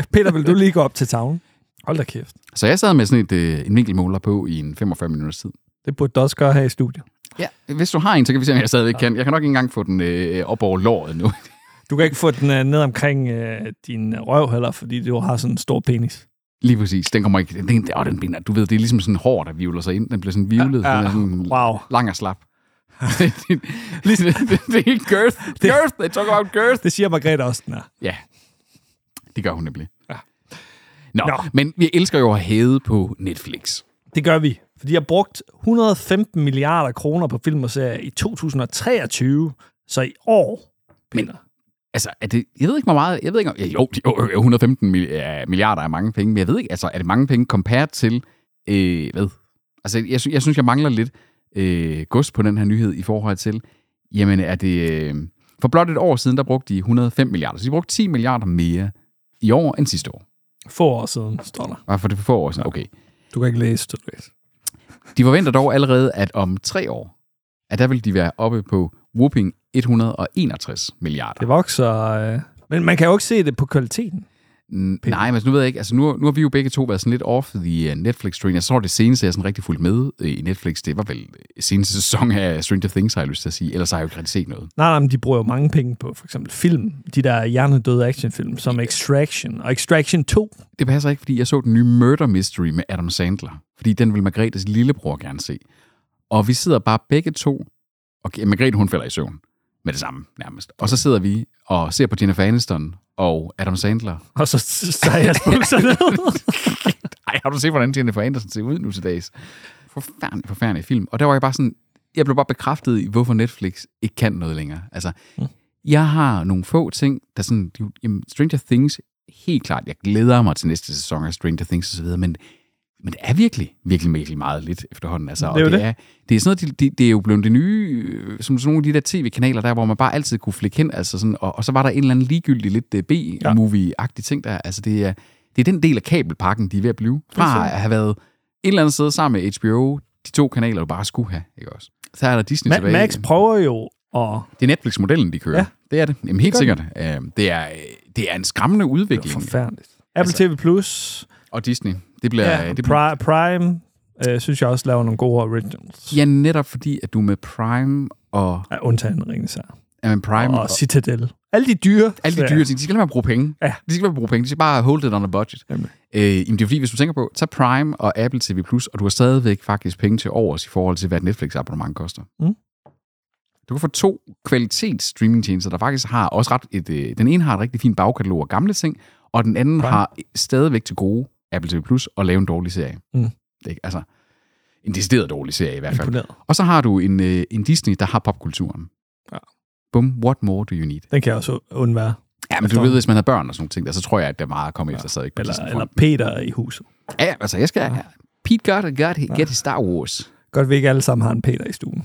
[SPEAKER 2] Peter, vil du lige gå op til tavlen? Hold da kæft.
[SPEAKER 3] Så jeg sad med sådan et, øh, en vinkelmåler på i en 45 minutters tid.
[SPEAKER 2] Det burde du også gøre her i studiet.
[SPEAKER 3] Ja, hvis du har en, så kan vi se, om jeg stadigvæk kan. Jeg kan nok ikke engang få den øh, op over låret nu.
[SPEAKER 2] Du kan ikke få den øh, ned omkring øh, din røv heller, fordi du har sådan en stor penis.
[SPEAKER 3] Lige præcis. Den kommer ikke... Den, den, åh, den binder, du ved, det er ligesom sådan en hår, der vivler sig ind. Den bliver sådan vivlet.
[SPEAKER 2] Ja,
[SPEAKER 3] Ja, Den er sådan
[SPEAKER 2] wow.
[SPEAKER 3] lang og slap. det, det, det, det, er ikke girth. Girth. They talk about girth.
[SPEAKER 2] Det siger Margrethe også, den er.
[SPEAKER 3] Ja, det gør hun nemlig. Ja. Nå,
[SPEAKER 2] Nå.
[SPEAKER 3] Nå, men vi elsker jo at hæde på Netflix.
[SPEAKER 2] Det gør vi, fordi jeg har brugt 115 milliarder kroner på film og serier i 2023, så i år, Peter. Men,
[SPEAKER 3] Altså, er det, jeg ved ikke, hvor meget... Jeg ved ikke, om, ja, jo, jo, jo, 115 mil- ja, milliarder er mange penge, men jeg ved ikke, altså, er det mange penge compared til... Øh, hvad? Altså, jeg, sy- jeg synes, jeg mangler lidt øh, gods på den her nyhed i forhold til... Jamen, er det... Øh, for blot et år siden, der brugte de 105 milliarder. Så de brugte 10 milliarder mere i år end sidste år.
[SPEAKER 2] Få år siden, står der.
[SPEAKER 3] Var for det for få år siden? Okay.
[SPEAKER 2] Du kan ikke læse, du læse.
[SPEAKER 3] De forventer dog allerede, at om tre år, at der vil de være oppe på whooping 161 milliarder.
[SPEAKER 2] Det vokser... Øh. Men man kan jo ikke se det på kvaliteten.
[SPEAKER 3] Mm, Nej, men altså, nu ved jeg ikke. Altså, nu, nu har vi jo begge to været sådan lidt off the uh, netflix train. Jeg tror, det seneste, jeg sådan rigtig fulgte med øh, i Netflix, det var vel øh, seneste sæson af Stranger Things, har jeg lyst til at sige. Ellers har jeg jo ikke rigtig set noget.
[SPEAKER 2] Nej, nej, men de bruger jo mange penge på for eksempel film. De der hjernedøde actionfilm, som Extraction og Extraction 2.
[SPEAKER 3] Det passer ikke, fordi jeg så den nye Murder Mystery med Adam Sandler. Fordi den vil Margrethes lillebror gerne se. Og vi sidder bare begge to, og Margrethe hun falder i søvn med det samme nærmest. Og så sidder vi og ser på Jennifer Aniston og Adam Sandler
[SPEAKER 2] Og så tager jeg spukser ned.
[SPEAKER 3] Ej, har du set, hvordan Jennifer Andersen ser ud nu til dags? Forfærdelig, forfærdelig film. Og der var jeg bare sådan, jeg blev bare bekræftet i, hvorfor Netflix ikke kan noget længere. Altså,
[SPEAKER 2] Mm.
[SPEAKER 3] jeg har nogle få ting, der sådan, de- jamen, Stranger Things, helt klart, jeg glæder mig til næste sæson af Stranger Things osv., men Men det er virkelig, virkelig, virkelig meget lidt efterhånden. Altså, og
[SPEAKER 2] Det er jo
[SPEAKER 3] det,
[SPEAKER 2] det.
[SPEAKER 3] Er, det, er sådan noget, det, det, det er jo blevet det nye, øh, som sådan nogle af de der tv-kanaler der, hvor man bare altid kunne flikke hen, altså sådan, og, og så var der en eller anden ligegyldig lidt øh, B-movie-agtig ting der. Altså det er, det er den del af kabelpakken, de er ved at blive. Fra at have været et eller andet sted sammen med HBO, de to kanaler, du bare skulle have, ikke også? Så er der Disney
[SPEAKER 2] Ma-
[SPEAKER 3] tilbage.
[SPEAKER 2] Max prøver jo at...
[SPEAKER 3] Det er Netflix-modellen, de kører. Ja.
[SPEAKER 2] Ja.
[SPEAKER 3] Det er det. Jamen, helt
[SPEAKER 2] Gør
[SPEAKER 3] sikkert. Øh, Det er, det er en skræmmende
[SPEAKER 2] Det er
[SPEAKER 3] udvikling.
[SPEAKER 2] forfærdeligt. Apple TV Plus,
[SPEAKER 3] Og Disney, det bliver... øh,
[SPEAKER 2] Ja,
[SPEAKER 3] Altså- det
[SPEAKER 2] Pri- Prime øh, synes jeg også laver nogle gode originals.
[SPEAKER 3] ja netop fordi, at du med Prime og...
[SPEAKER 2] Ja, undtagen ringen sig.
[SPEAKER 3] Ja, men Prime og,
[SPEAKER 2] Og Citadel. Alle de dyre.
[SPEAKER 3] alle de
[SPEAKER 2] serier.
[SPEAKER 3] dyre ting, de skal lade være med at bruge penge.
[SPEAKER 2] Ja.
[SPEAKER 3] De skal lade være med at bruge penge. De skal bare hold it on a budget.
[SPEAKER 2] Jamen.
[SPEAKER 3] Øh, jamen det er fordi, hvis du tænker på, tag Prime og Apple TV+, Plus, og du har stadigvæk faktisk penge til overs i forhold til, hvad et Netflix-abonnement koster.
[SPEAKER 2] Mm.
[SPEAKER 3] Du kan få to kvalitets streamingtjenester, der faktisk har også ret et... Øh, den ene har et rigtig fint bagkatalog af gamle ting, og den anden
[SPEAKER 2] Prime.
[SPEAKER 3] har stadigvæk til gode Apple TV+, Plus at lave en dårlig serie.
[SPEAKER 2] Mm.
[SPEAKER 3] Det, er ikke- altså, en decideret dårlig serie i hvert fald.
[SPEAKER 2] Imponeret.
[SPEAKER 3] Og så har du en, øh, en Disney, der har popkulturen.
[SPEAKER 2] Ja.
[SPEAKER 3] Bum, what more do you need?
[SPEAKER 2] Den kan jeg også undvære.
[SPEAKER 3] Ja, men du
[SPEAKER 2] Forstår.
[SPEAKER 3] ved, hvis man har børn og sådan nogle ting, der, så tror jeg, at det er meget at komme efter stadig. på
[SPEAKER 2] Eller,
[SPEAKER 3] Disney+.
[SPEAKER 2] eller Peter i huset.
[SPEAKER 3] Ja, ja, altså jeg skal... Ja. Pete Goddard, got, get his Star Wars.
[SPEAKER 2] Godt, vi ikke alle sammen har en Peter i stuen.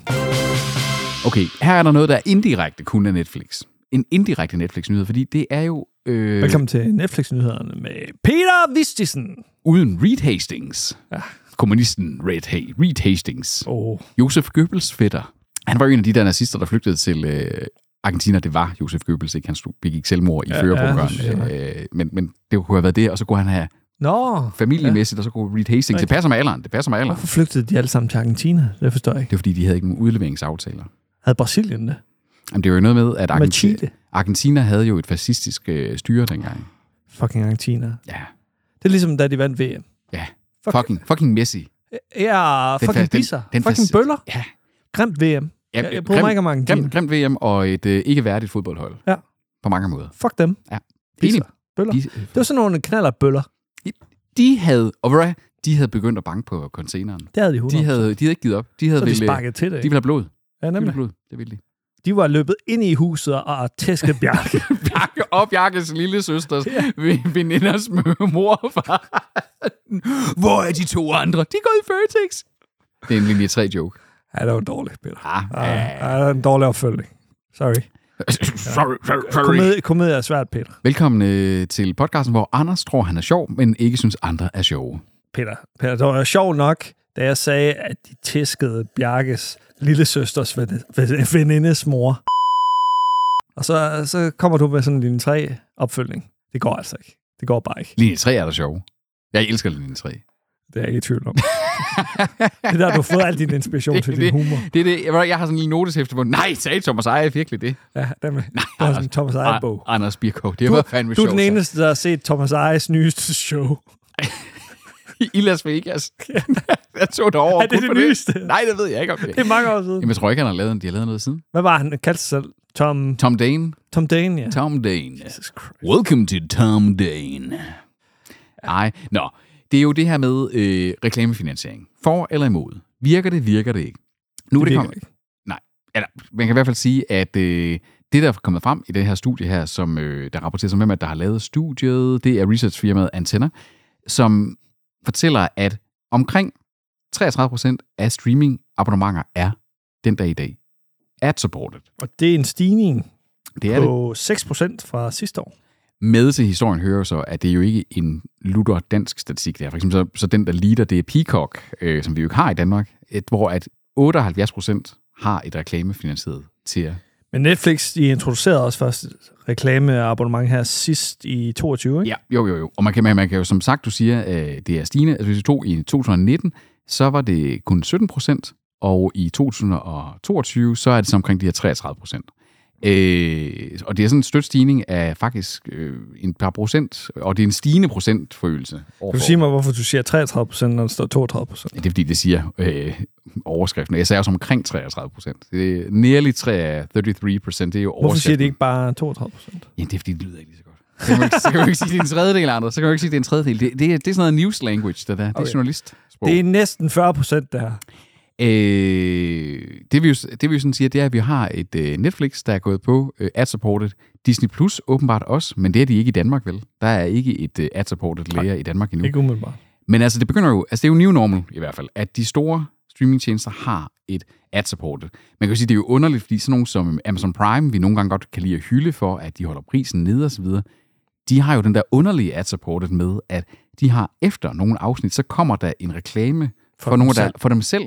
[SPEAKER 3] Okay, her er der noget, der er indirekte kun af Netflix. En indirekte Netflix-nyhed, fordi det er jo... Øh,
[SPEAKER 2] Velkommen til Netflix-nyhederne med Peter Vistisen.
[SPEAKER 3] uden Reed Hastings. Ja. Kommunisten Red Hay, Reed Hastings.
[SPEAKER 2] Oh.
[SPEAKER 3] Josef Goebbels fætter. Han var jo en af de der nazister, der flygtede til øh, Argentina. Det var Josef Goebbels, ikke? Han stod, begik selvmord i ja,
[SPEAKER 2] det synes
[SPEAKER 3] førerbunkeren.
[SPEAKER 2] jeg
[SPEAKER 3] Ja, øh, men, men det kunne have været det, og så kunne han have
[SPEAKER 2] Nå,
[SPEAKER 3] familiemæssigt, ja. og så kunne Reed Hastings... Det passer med alderen, det passer med alderen.
[SPEAKER 2] hvorfor flygtede de alle sammen til Argentina? Det forstår jeg ikke.
[SPEAKER 3] Det var fordi, de havde ikke nogen udleveringsaftaler.
[SPEAKER 2] Havde Brasilien det?
[SPEAKER 3] Jamen, det var jo noget med, at
[SPEAKER 2] Med
[SPEAKER 3] Argentina,
[SPEAKER 2] Chile?
[SPEAKER 3] Argentina havde jo et fascistisk øh, styre dengang.
[SPEAKER 2] Fucking Argentina.
[SPEAKER 3] Ja.
[SPEAKER 2] Det er ligesom, da de vandt VM.
[SPEAKER 3] Ja.
[SPEAKER 2] Fuck.
[SPEAKER 3] Fucking, fucking Messi.
[SPEAKER 2] Ja,
[SPEAKER 3] fa-
[SPEAKER 2] fucking
[SPEAKER 3] den-
[SPEAKER 2] bisser.
[SPEAKER 3] den
[SPEAKER 2] Fucking
[SPEAKER 3] fascist-
[SPEAKER 2] bøller.
[SPEAKER 3] Ja.
[SPEAKER 2] Grimt VM.
[SPEAKER 3] ja
[SPEAKER 2] Jeg- jeg
[SPEAKER 3] øh,
[SPEAKER 2] bryder mig
[SPEAKER 3] grim-
[SPEAKER 2] ikke om Argentina.
[SPEAKER 3] grim- Grimt VM og et øh, ikke værdigt fodboldhold.
[SPEAKER 2] Ja.
[SPEAKER 3] På mange måder.
[SPEAKER 2] Fuck dem.
[SPEAKER 3] Ja.
[SPEAKER 2] Bisser. Bøller.
[SPEAKER 3] De,
[SPEAKER 2] Det var sådan nogle knallerbøller.
[SPEAKER 3] de havde, og hvad, de havde begyndt at banke på containeren.
[SPEAKER 2] Det havde de 100.
[SPEAKER 3] De havde, de havde ikke givet op. De havde
[SPEAKER 2] så de
[SPEAKER 3] ville,
[SPEAKER 2] sparkede til det.
[SPEAKER 3] de
[SPEAKER 2] ikke?
[SPEAKER 3] ville have blod. De
[SPEAKER 2] ja,
[SPEAKER 3] ville
[SPEAKER 2] nemlig.
[SPEAKER 3] have blod. Det ville de.
[SPEAKER 2] De var løbet ind i huset og tæskede Bjarke.
[SPEAKER 3] Bjarke og Bjarkes lille søsters veninders mor og far. Hvor er de to andre? De er gået i Føtex. Det er en linje 3 joke.
[SPEAKER 2] ja, det var dårligt, Peter.
[SPEAKER 3] Ah,
[SPEAKER 2] Ja, ja, det var en dårlig opfølgning. Sorry.
[SPEAKER 3] sorry, sorry,
[SPEAKER 2] Komedie, komedie er svært, Peter.
[SPEAKER 3] Velkommen øh, til podcasten, hvor Anders tror, han er sjov, men ikke synes, andre er sjove.
[SPEAKER 2] Peter. Peter, det var sjovt nok, da jeg sagde, at de tæskede Bjarkes lille søsters venindes mor. Og så, så kommer du med sådan en linje 3 opfølgning. Det går altså ikke. Det går bare ikke.
[SPEAKER 3] Linje 3 er der sjove. Jeg elsker linje 3.
[SPEAKER 2] Det er jeg ikke i tvivl om. det er der, du har fået al din inspiration til din humor.
[SPEAKER 3] Det, det, det, jeg, jeg har sådan en lille noteshæfte på, nej, sagde Thomas Eje virkelig det?
[SPEAKER 2] Ja, den med. Det var sådan en Thomas Eje bog.
[SPEAKER 3] Ar- Anders Birkow, altså, det var fandme
[SPEAKER 2] Du er
[SPEAKER 3] sjovt.
[SPEAKER 2] den eneste, der har set Thomas Ejes nyeste show.
[SPEAKER 3] I- I Las Vegas. jeg tog det over.
[SPEAKER 2] Er det
[SPEAKER 3] kun
[SPEAKER 2] det
[SPEAKER 3] for
[SPEAKER 2] nyeste?
[SPEAKER 3] Nej, det ved jeg ikke om det.
[SPEAKER 2] Det er mange år siden.
[SPEAKER 3] Jamen, jeg tror ikke, han har lavet, en- de har lavet noget siden.
[SPEAKER 2] Hvad var han? Han kaldte sig selv Tom,
[SPEAKER 3] Tom Dane.
[SPEAKER 2] Tom Dane, ja.
[SPEAKER 3] Tom Dane.
[SPEAKER 2] Jesus Christ.
[SPEAKER 3] Welcome to Tom Dane. Nej, nå. Det er jo det her med øh, reklamefinansiering. For eller imod? Virker det, virker det ikke? Nu er det,
[SPEAKER 2] virker
[SPEAKER 3] kommet. Nej, eller, man kan i hvert fald sige, at øh, det, der er kommet frem i det her studie her, som øh, der rapporterer sig om, hvem er det, der har lavet studiet, det er researchfirmaet Antenna, som fortæller, at omkring 33% af streaming-abonnementer er den dag i dag ad-supported.
[SPEAKER 2] Og det er en stigning
[SPEAKER 3] Det er det.
[SPEAKER 2] på 6% fra sidste år.
[SPEAKER 3] Med til historien hører jo så, at det er jo ikke en lutter dansk statistik. Der. For eksempel så, så den, der leader, det er Peacock, øh, som vi jo ikke har i Danmark, et, hvor at 78 procent har et reklamefinansieret tier.
[SPEAKER 2] Men Netflix, de introducerede også først et reklameabonnement her sidst i 22, ikke?
[SPEAKER 3] Ja, jo, jo, jo. Og man kan, man, man kan jo, som sagt, du siger, øh, det er stigende. Altså, hvis vi tog i 2019, så var det kun 17 procent, og i 2022, så er det så omkring de her 33 procent. Øh, og det er sådan en støt stigning af faktisk øh, en par procent, og det er en stigende procentforøgelse. år
[SPEAKER 2] Kan du
[SPEAKER 3] for
[SPEAKER 2] sige
[SPEAKER 3] år.
[SPEAKER 2] mig, hvorfor du siger 33 procent, når der står 32 procent?
[SPEAKER 3] Ja, det er fordi, det siger øh, overskriften. Jeg sagde også omkring 33 procent. Det er nearly 33 procent. Det er jo
[SPEAKER 2] Hvorfor siger
[SPEAKER 3] overskriften.
[SPEAKER 2] de ikke bare 32 procent?
[SPEAKER 3] Ja, det er fordi, det lyder ikke lige så godt. Så kan man ikke, så kan man ikke sige, det er en tredjedel, Anders. Så kan man ikke sige, det er en tredjedel. Det, det, er, det er sådan noget news language, det der. Okay. Det er
[SPEAKER 2] Okay.
[SPEAKER 3] journalist.
[SPEAKER 2] Det er næsten 40 procent, det her.
[SPEAKER 3] Øh, det, vi jo, det vi jo sådan siger, det er, at vi har et øh, Netflix, der er gået på øh, ad-supported. Disney Plus åbenbart også, men det er de ikke i Danmark, vel? Der er ikke et øh, ad-supported layer i Danmark endnu.
[SPEAKER 2] Ikke umiddelbart.
[SPEAKER 3] Men altså, det begynder jo, altså det er jo new normal i hvert fald, at de store streamingtjenester har et ad-supportet. Man kan jo sige, det er jo underligt, fordi sådan nogle som Amazon Prime, vi nogle gange godt kan lide at hylde for, at de holder prisen nede osv., de har jo den der underlige ad-supportet med, at de har efter nogle afsnit, så kommer der en reklame for, for,
[SPEAKER 2] dem
[SPEAKER 3] nogle, der,
[SPEAKER 2] selv.
[SPEAKER 3] for dem selv,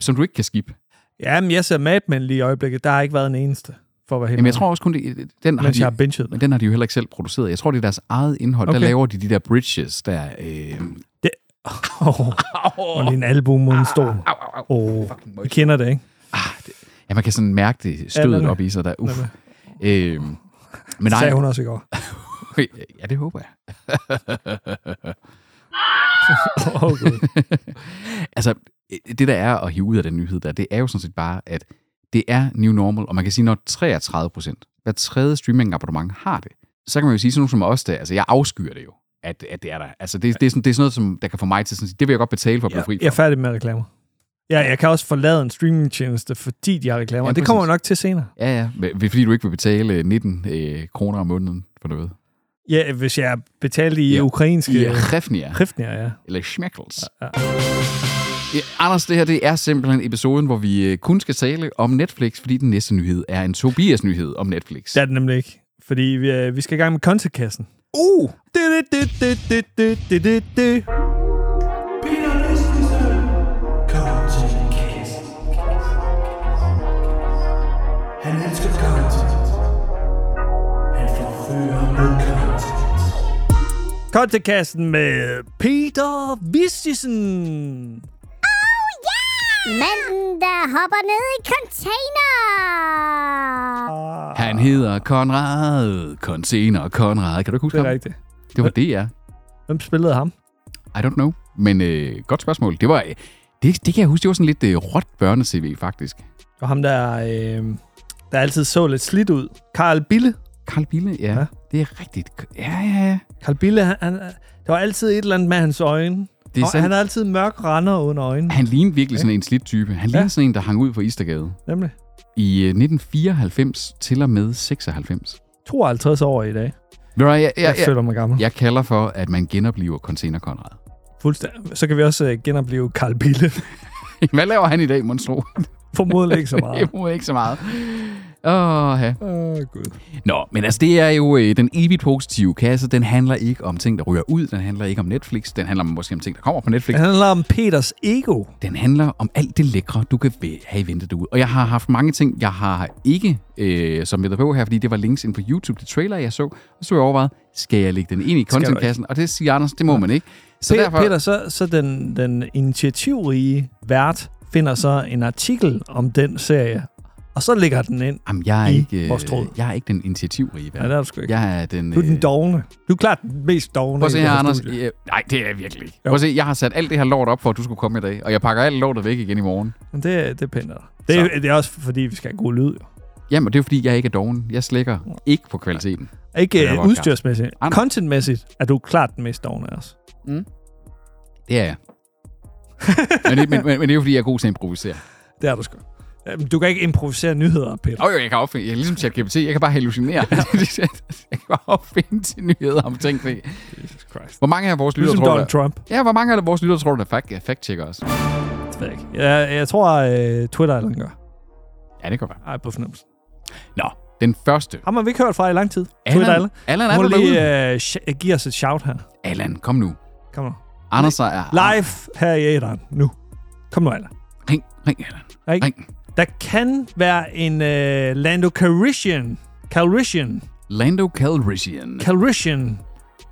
[SPEAKER 3] som du ikke kan skippe.
[SPEAKER 2] Jamen, jeg ser Mad Men lige i øjeblikket. Der har ikke været en eneste, for at være helt
[SPEAKER 3] Jamen, jeg tror også kun, det, den, har
[SPEAKER 2] mens jeg har
[SPEAKER 3] de,
[SPEAKER 2] binget.
[SPEAKER 3] men den har de jo heller ikke selv produceret. Jeg tror, det er deres eget indhold. Okay.
[SPEAKER 2] Okay.
[SPEAKER 3] Der laver de de der bridges, der... Øh,
[SPEAKER 2] Åh, og lige en album mod en stol.
[SPEAKER 3] au, au,
[SPEAKER 2] Åh,
[SPEAKER 3] au. Ah. Fucking
[SPEAKER 2] I kender det, ikke?
[SPEAKER 3] Ja, man kan sådan mærke det stødet
[SPEAKER 2] lad
[SPEAKER 3] ja,
[SPEAKER 2] nu.
[SPEAKER 3] op i sig der. Uff.
[SPEAKER 2] Lad
[SPEAKER 3] Øh, men
[SPEAKER 2] Det
[SPEAKER 3] nej,
[SPEAKER 2] sagde hun også i går.
[SPEAKER 3] ja, det håber jeg.
[SPEAKER 2] Åh, Gud.
[SPEAKER 3] Altså, det der er at hive ud af den nyhed der, det er jo sådan set bare, at det er new normal, og man kan sige, når 33 procent, hver tredje streaming-abonnement har det, så kan man jo sige sådan nogen som os der, altså jeg afskyer det jo, at, at det er der. Altså det, det, er sådan, det er sådan noget, som der kan få mig til sådan, at sige, det vil jeg godt betale for at blive fri
[SPEAKER 2] Jeg er færdig med reklamer. Ja, jeg kan også forlade en streamingtjeneste, fordi de har reklamer.
[SPEAKER 3] Ja,
[SPEAKER 2] Ja, det kommer
[SPEAKER 3] præcis.
[SPEAKER 2] jo nok til senere.
[SPEAKER 3] Ja, ja, men- fordi du ikke vil betale øh, 19 øh, kroner om måneden for noget.
[SPEAKER 2] Ja, hvis jeg betalte i
[SPEAKER 3] Ja.
[SPEAKER 2] ja. ukrainske
[SPEAKER 3] I
[SPEAKER 2] ja.
[SPEAKER 3] Hrefnia,
[SPEAKER 2] Hrifner, ja.
[SPEAKER 3] eller Schmeckles.
[SPEAKER 2] Ja.
[SPEAKER 3] Ja, Anders, det her det er simpelthen episoden, hvor vi øh, kun skal tale om Netflix, fordi den næste nyhed er en Tobias-nyhed om Netflix.
[SPEAKER 2] Det er det nemlig ikke. Fordi vi, øh, vi skal i gang med kontekassen.
[SPEAKER 3] Uh!
[SPEAKER 5] Han elsker content. Han forfører med content.
[SPEAKER 2] Kontekassen med Peter Vistisen.
[SPEAKER 6] Manden, der hopper ned i container.
[SPEAKER 3] Han hedder Konrad. Container Konrad. Kan du ikke huske
[SPEAKER 2] Det er
[SPEAKER 3] ham?
[SPEAKER 2] rigtigt.
[SPEAKER 3] Det var det, ja.
[SPEAKER 2] Hvem spillede ham?
[SPEAKER 3] I don't know. Men øh, godt spørgsmål. Det var... Øh, det, det kan jeg huske, det var sådan lidt øh, råt børne-CV, faktisk.
[SPEAKER 2] Og ham, der, øh, der altid så lidt slidt ud. Karl Bille.
[SPEAKER 3] Karl Bille, ja. ja.
[SPEAKER 2] Ja.
[SPEAKER 3] Det er rigtigt. Ja, ja, ja.
[SPEAKER 2] Karl Bille, han, han, der var altid et eller andet med hans øjne.
[SPEAKER 3] Det er
[SPEAKER 2] Og
[SPEAKER 3] sandt.
[SPEAKER 2] han har altid mørke render under øjnene,
[SPEAKER 3] Han lignede virkelig sådan en slidt type. Han lignede
[SPEAKER 2] Ja.
[SPEAKER 3] sådan en, der hang ud på Istergade.
[SPEAKER 2] nemlig.
[SPEAKER 3] I øh, 1994 til og med 96.
[SPEAKER 2] 52 år i dag.
[SPEAKER 3] Ved du hvad, jeg,
[SPEAKER 2] Jeg
[SPEAKER 3] jeg, jeg,
[SPEAKER 2] føler mig gammel.
[SPEAKER 3] jeg kalder for, at man genopliver Container Konrad.
[SPEAKER 2] Fuldstændig. Så kan vi også øh, genopleve Karl Bille.
[SPEAKER 3] Hvad laver han i dag, Monstro?
[SPEAKER 2] Formodentlig ikke så meget.
[SPEAKER 3] Det må ikke så meget. Åh, ja.
[SPEAKER 2] Åh, Gud.
[SPEAKER 3] Nå, men altså, det er jo øh, den evigt positive kasse. Den handler ikke om ting, der ryger ud. Den handler ikke om Netflix. Den handler måske om ting, der kommer på Netflix.
[SPEAKER 2] Det handler om Peters ego.
[SPEAKER 3] Den handler om alt det lækre, du kan væ- have i vente derude. Og jeg har haft mange ting, jeg har ikke øh, som jeg på her, fordi det var links ind på YouTube, det trailer, jeg så. Og så så jeg overvejet, skal jeg lægge den ind i
[SPEAKER 2] Skal du
[SPEAKER 3] contentkassen? Og det siger Anders, det må man ikke. Så
[SPEAKER 2] Pe-
[SPEAKER 3] derfor...
[SPEAKER 2] Peter, så, så den, den initiativrige vært finder så en artikel om den serie, og så lægger den ind.
[SPEAKER 3] Jamen, jeg er,
[SPEAKER 2] i
[SPEAKER 3] ikke, øh,
[SPEAKER 2] vores tråd.
[SPEAKER 3] jeg er ikke den initiativrige.
[SPEAKER 2] Ja, det er du sgu ikke.
[SPEAKER 3] Jeg er den...
[SPEAKER 2] Du er den
[SPEAKER 3] øh,
[SPEAKER 2] dogne. Du er klart den mest dogne.
[SPEAKER 3] Prøv at se
[SPEAKER 2] i
[SPEAKER 3] her,
[SPEAKER 2] det
[SPEAKER 3] Anders.
[SPEAKER 2] studie.
[SPEAKER 3] Øh, Nej, det er jeg virkelig ikke. Prøv at se, jeg har sat alt det her lort op for, at du skulle komme i dag, og jeg pakker alt lortet væk igen i morgen.
[SPEAKER 2] Men det, det er pænt af dig. det, er, det er også fordi, vi skal have god lyd. jo.
[SPEAKER 3] Jamen, det er jo fordi, jeg ikke er doven. Jeg slækker ikke på kvaliteten. Det
[SPEAKER 2] Ikke
[SPEAKER 3] er
[SPEAKER 2] øh,
[SPEAKER 3] godt,
[SPEAKER 2] udstyrsmæssigt.
[SPEAKER 3] nej.
[SPEAKER 2] Contentmæssigt er du klart den mest dogne af os.
[SPEAKER 3] Det er jeg. men, det, men, men, men det er jo fordi, jeg er god til at improvisere.
[SPEAKER 2] Det er du sgu. Jamen, Du kan ikke improvisere nyheder, Peter.
[SPEAKER 3] Jo, jo, jeg kan opfinde. Jeg er ligesom ChatGPT. Jeg kan bare hallucinere. jeg kan bare opfinde til nyheder om ting.
[SPEAKER 2] Jesus Christ.
[SPEAKER 3] Hvor mange af vores lyttere
[SPEAKER 2] Ligesom
[SPEAKER 3] tror
[SPEAKER 2] Donald
[SPEAKER 3] du...
[SPEAKER 2] Trump.
[SPEAKER 3] Ja, hvor mange af vores lyttere tror du, der fact, fact-checker os?
[SPEAKER 2] Det ved jeg ikke. Jeg, jeg tror, øh, Twitter eller gør.
[SPEAKER 3] Ja, det kan være.
[SPEAKER 2] Ej, på fornemmelse.
[SPEAKER 3] Nå, den første.
[SPEAKER 2] Ham har vi ikke hørt fra i lang tid. Twitter
[SPEAKER 3] Allan,
[SPEAKER 2] eller.
[SPEAKER 3] Allan, er
[SPEAKER 2] Må
[SPEAKER 3] du
[SPEAKER 2] lige
[SPEAKER 3] derude?
[SPEAKER 2] øh, sh- give os et shout her.
[SPEAKER 3] Allan, kom nu.
[SPEAKER 2] Kom nu.
[SPEAKER 3] Anders er...
[SPEAKER 2] Live her i æderen. Nu. Kom nu, Allan.
[SPEAKER 3] Ring, ring, Allan.
[SPEAKER 2] Ring.
[SPEAKER 3] Ring.
[SPEAKER 2] Der kan være en øh, Lando Calrissian, Calrissian,
[SPEAKER 3] Lando Calrissian.
[SPEAKER 2] Calrissian